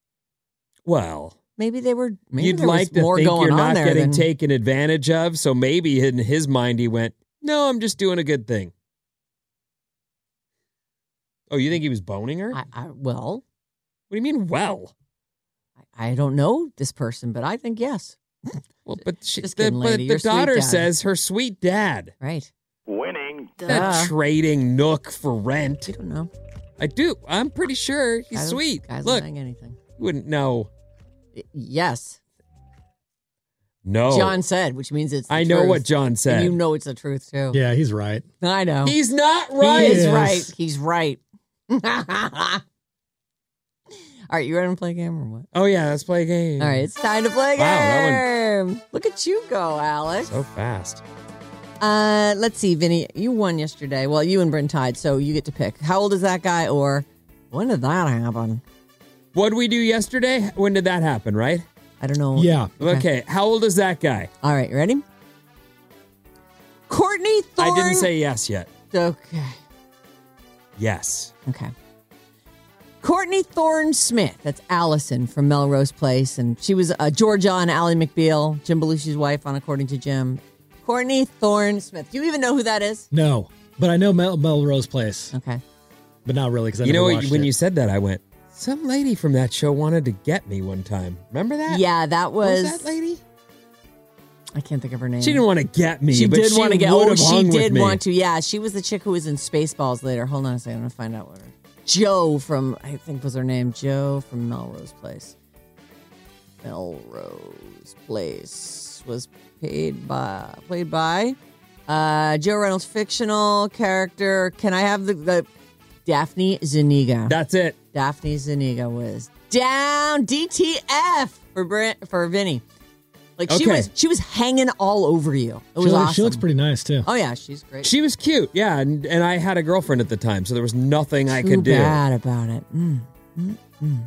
[SPEAKER 7] Well,
[SPEAKER 6] maybe they were. Maybe
[SPEAKER 7] you'd
[SPEAKER 6] there was
[SPEAKER 7] like to
[SPEAKER 6] more
[SPEAKER 7] think
[SPEAKER 6] going
[SPEAKER 7] you're
[SPEAKER 6] on
[SPEAKER 7] not
[SPEAKER 6] there
[SPEAKER 7] getting
[SPEAKER 6] than-
[SPEAKER 7] taken advantage of. So maybe in his mind, he went, No, I'm just doing a good thing. Oh, you think he was boning her?
[SPEAKER 6] I, I, well,
[SPEAKER 7] what do you mean? Well,
[SPEAKER 6] I don't know this person, but I think yes.
[SPEAKER 7] Well, but she,
[SPEAKER 6] Just
[SPEAKER 7] the,
[SPEAKER 6] kidding,
[SPEAKER 7] but
[SPEAKER 6] lady,
[SPEAKER 7] the
[SPEAKER 6] your sweet
[SPEAKER 7] daughter
[SPEAKER 6] dad.
[SPEAKER 7] says her sweet dad.
[SPEAKER 6] Right.
[SPEAKER 7] Winning.
[SPEAKER 6] Duh.
[SPEAKER 7] trading Nook for rent. You
[SPEAKER 6] don't know.
[SPEAKER 7] I do. I'm pretty sure he's
[SPEAKER 6] Guys-
[SPEAKER 7] sweet.
[SPEAKER 6] guys
[SPEAKER 7] Look,
[SPEAKER 6] lying anything.
[SPEAKER 7] wouldn't know.
[SPEAKER 6] Yes,
[SPEAKER 7] No.
[SPEAKER 6] John said, which means it's. The
[SPEAKER 7] Oh. I know
[SPEAKER 6] truth.
[SPEAKER 7] what John
[SPEAKER 6] And
[SPEAKER 7] said.
[SPEAKER 6] you know it's the truth too.
[SPEAKER 8] Yeah, he's right.
[SPEAKER 6] I know.
[SPEAKER 7] He's not right.
[SPEAKER 6] He is
[SPEAKER 7] Yes.
[SPEAKER 6] right. He's right. All right, you ready to play a game or what?
[SPEAKER 7] Oh yeah, let's play a game.
[SPEAKER 6] All right, it's time to play a
[SPEAKER 7] Wow, that
[SPEAKER 6] game. Look at you go, Alex.
[SPEAKER 7] So fast.
[SPEAKER 6] Uh, let's see, Vinny. You won yesterday. Well, you and Brent tied, so you get to pick. How old is that guy, or when did that happen?
[SPEAKER 7] What did we do yesterday? When did that happen? Right?
[SPEAKER 6] I don't know.
[SPEAKER 8] Yeah.
[SPEAKER 7] Okay. How old is that guy?
[SPEAKER 6] All right, you ready? Courtney Thorne.
[SPEAKER 7] I didn't say yes yet.
[SPEAKER 6] Okay.
[SPEAKER 7] Yes.
[SPEAKER 6] Okay. Courtney Thorne Smith. That's Allison from Melrose Place, and she was uh, Georgia on Ally McBeal, Jim Belushi's wife on According to Jim. Courtney Thorne Smith. Do you even know who that is?
[SPEAKER 8] No, but I know Mel- Melrose Place.
[SPEAKER 6] Okay,
[SPEAKER 8] but not really because I
[SPEAKER 7] you know
[SPEAKER 8] never
[SPEAKER 7] what,
[SPEAKER 8] watched
[SPEAKER 7] when
[SPEAKER 8] it.
[SPEAKER 7] you said that, I went. Some lady from that show wanted to get me one time. Remember that?
[SPEAKER 6] Yeah, that
[SPEAKER 7] What
[SPEAKER 6] was.
[SPEAKER 7] that lady?
[SPEAKER 6] I can't think of her name.
[SPEAKER 7] She didn't want to get me.
[SPEAKER 6] She
[SPEAKER 7] but
[SPEAKER 6] did
[SPEAKER 7] she
[SPEAKER 6] want to get.
[SPEAKER 7] would
[SPEAKER 6] Oh,
[SPEAKER 7] have
[SPEAKER 6] she
[SPEAKER 7] hung with
[SPEAKER 6] did
[SPEAKER 7] me.
[SPEAKER 6] want to. Yeah, she was the chick who was in Spaceballs later. Hold on a second. I'm gonna find out what her. Joe from I think was her name. Joe from Melrose Place. Melrose Place was paid by played by uh, Joe Reynolds' fictional character. Can I have the, the Daphne Zuniga?
[SPEAKER 7] That's it.
[SPEAKER 6] Daphne Zuniga was down DTF for Brent for Vinny. Like she
[SPEAKER 7] Okay.
[SPEAKER 6] was she was hanging all over you. It was
[SPEAKER 8] she, looks-
[SPEAKER 6] awesome.
[SPEAKER 8] she looks pretty nice too.
[SPEAKER 6] Oh yeah, she's great.
[SPEAKER 7] She was cute, yeah, and, and I had a girlfriend at the time, so there was nothing I
[SPEAKER 6] Too
[SPEAKER 7] could do.
[SPEAKER 6] bad about it. Mm, mm, mm.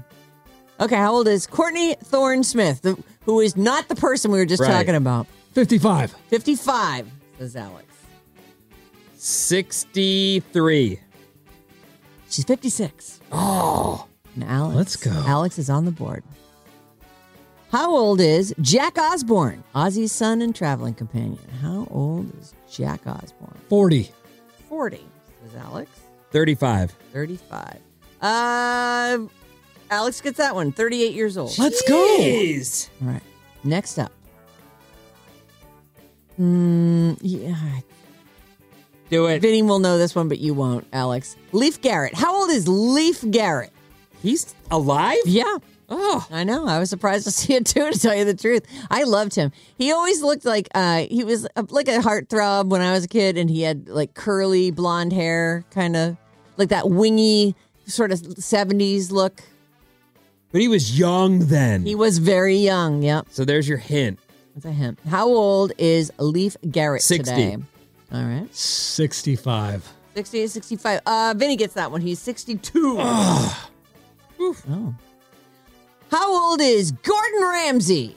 [SPEAKER 6] Okay, how old is Courtney Thorne Smith, the, who is not the person we were just
[SPEAKER 7] Right.
[SPEAKER 6] talking about?
[SPEAKER 8] Fifty-five.
[SPEAKER 6] Fifty-five says Alex.
[SPEAKER 7] Sixty-three.
[SPEAKER 6] She's fifty-six.
[SPEAKER 7] Oh,
[SPEAKER 6] And Alex.
[SPEAKER 7] Let's go.
[SPEAKER 6] Alex is on the board. How old is Jack Osborne, Ozzy's son and traveling companion? How old is Jack Osborne?
[SPEAKER 8] Forty.
[SPEAKER 6] Forty. was Alex.
[SPEAKER 7] 35.
[SPEAKER 6] 35. Uh, Alex gets that one. 38 years old.
[SPEAKER 7] Let's go.
[SPEAKER 6] Jeez. All right. Next up. Mm, yeah.
[SPEAKER 7] Do it.
[SPEAKER 6] Vinny will know this one, but you won't, Alex. Leaf Garrett. How old is Leaf Garrett?
[SPEAKER 7] He's alive?
[SPEAKER 6] Yeah. Oh, I know. I was surprised to see it too, to tell you the truth. I loved him. He always looked like uh, he was a, like a heartthrob when I was a kid, and he had like curly blonde hair, kind of like that wingy sort of 70s look.
[SPEAKER 7] But he was young then.
[SPEAKER 6] He was very young. Yep.
[SPEAKER 7] So there's your hint.
[SPEAKER 6] That's a hint. How old is Leaf Garrett
[SPEAKER 7] 60.
[SPEAKER 6] today? All right.
[SPEAKER 8] 65.
[SPEAKER 6] 60 to 65. Uh, Vinny gets that one. He's 62. Oof. Oh. How old is Gordon Ramsay?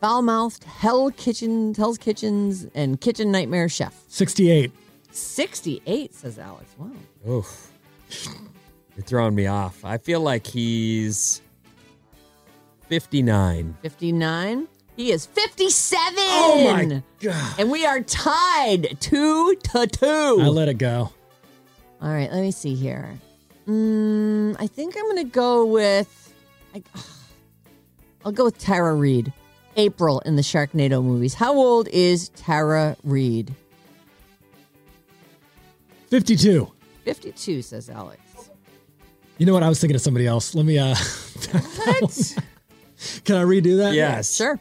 [SPEAKER 6] Foul-mouthed Hell Kitchen, Hell's Kitchens, and Kitchen Nightmare Chef.
[SPEAKER 8] 68.
[SPEAKER 6] 68, says Alex. Wow.
[SPEAKER 7] Oof. You're throwing me off. I feel like he's 59.
[SPEAKER 6] 59. He is 57.
[SPEAKER 7] Oh, my God.
[SPEAKER 6] And we are tied two to two.
[SPEAKER 8] I let it go.
[SPEAKER 6] All right, let me see here. Mm, I think I'm going to go with. I, I'll go with Tara Reid. April in the Sharknado movies. How old is Tara Reid?
[SPEAKER 8] 52.
[SPEAKER 6] 52, says Alex.
[SPEAKER 8] You know what? I was thinking of somebody else. Let me, uh,
[SPEAKER 6] What?
[SPEAKER 8] can I redo that?
[SPEAKER 7] Yes.
[SPEAKER 6] Sure.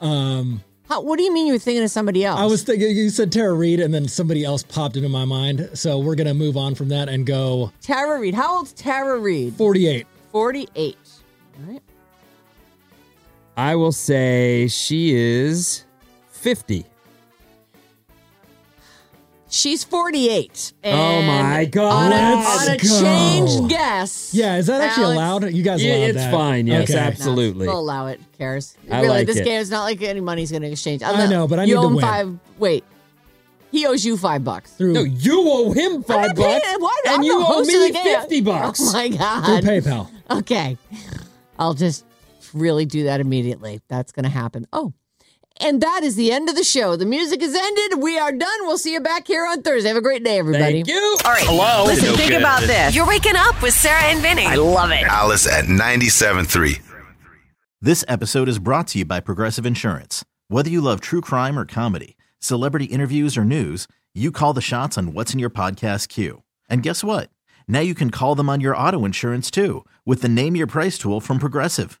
[SPEAKER 8] Um,
[SPEAKER 6] How, what do you mean you were thinking of somebody else?
[SPEAKER 8] I was thinking, you said Tara Reid, and then somebody else popped into my mind. So we're going to move on from that and go
[SPEAKER 6] Tara Reid. How old's Tara Reid?
[SPEAKER 8] 48.
[SPEAKER 6] 48. All right.
[SPEAKER 7] I will say she is 50.
[SPEAKER 6] She's 48.
[SPEAKER 7] Oh my
[SPEAKER 6] And On
[SPEAKER 7] God.
[SPEAKER 6] a,
[SPEAKER 7] Let's
[SPEAKER 6] on a
[SPEAKER 7] go.
[SPEAKER 6] changed guess.
[SPEAKER 8] Yeah, is that
[SPEAKER 6] Alex-
[SPEAKER 8] actually allowed? You guys
[SPEAKER 7] Yeah,
[SPEAKER 8] allowed
[SPEAKER 7] it's
[SPEAKER 8] that?
[SPEAKER 7] fine. Yes,
[SPEAKER 8] Okay.
[SPEAKER 7] absolutely.
[SPEAKER 6] We'll allow it. Who Cares.
[SPEAKER 7] I
[SPEAKER 6] really,
[SPEAKER 7] like
[SPEAKER 6] this
[SPEAKER 7] it.
[SPEAKER 6] game is not like any money's going to exchange.
[SPEAKER 8] I know, but I
[SPEAKER 6] you
[SPEAKER 8] need
[SPEAKER 6] owe
[SPEAKER 8] to
[SPEAKER 6] him
[SPEAKER 8] win.
[SPEAKER 6] five. Wait, he owes you five bucks.
[SPEAKER 8] Through,
[SPEAKER 7] No, you owe him
[SPEAKER 6] I'm
[SPEAKER 7] five
[SPEAKER 6] not
[SPEAKER 7] bucks.
[SPEAKER 6] paying- what?
[SPEAKER 7] And
[SPEAKER 6] I'm
[SPEAKER 7] you
[SPEAKER 6] the
[SPEAKER 7] owe
[SPEAKER 6] host of
[SPEAKER 7] me
[SPEAKER 6] the game.
[SPEAKER 7] 50 bucks.
[SPEAKER 6] Oh my
[SPEAKER 8] through
[SPEAKER 6] god.
[SPEAKER 8] PayPal.
[SPEAKER 6] Okay, I'll just really do that immediately. That's going to happen. Oh. And that is the end of the show. The music is ended. We are done. We'll see you back here on Thursday. Have a great day, everybody.
[SPEAKER 7] Thank you.
[SPEAKER 3] All right.
[SPEAKER 11] Hello?
[SPEAKER 3] Listen,
[SPEAKER 11] No
[SPEAKER 3] think
[SPEAKER 11] good.
[SPEAKER 3] about this. You're waking up with Sarah and Vinny. I love it.
[SPEAKER 12] Alice at 97.3.
[SPEAKER 10] This episode is brought to you by Progressive Insurance. Whether you love true crime or comedy, celebrity interviews or news, you call the shots on what's in your podcast queue. And guess what? Now you can call them on your auto insurance too with the Name Your Price tool from Progressive.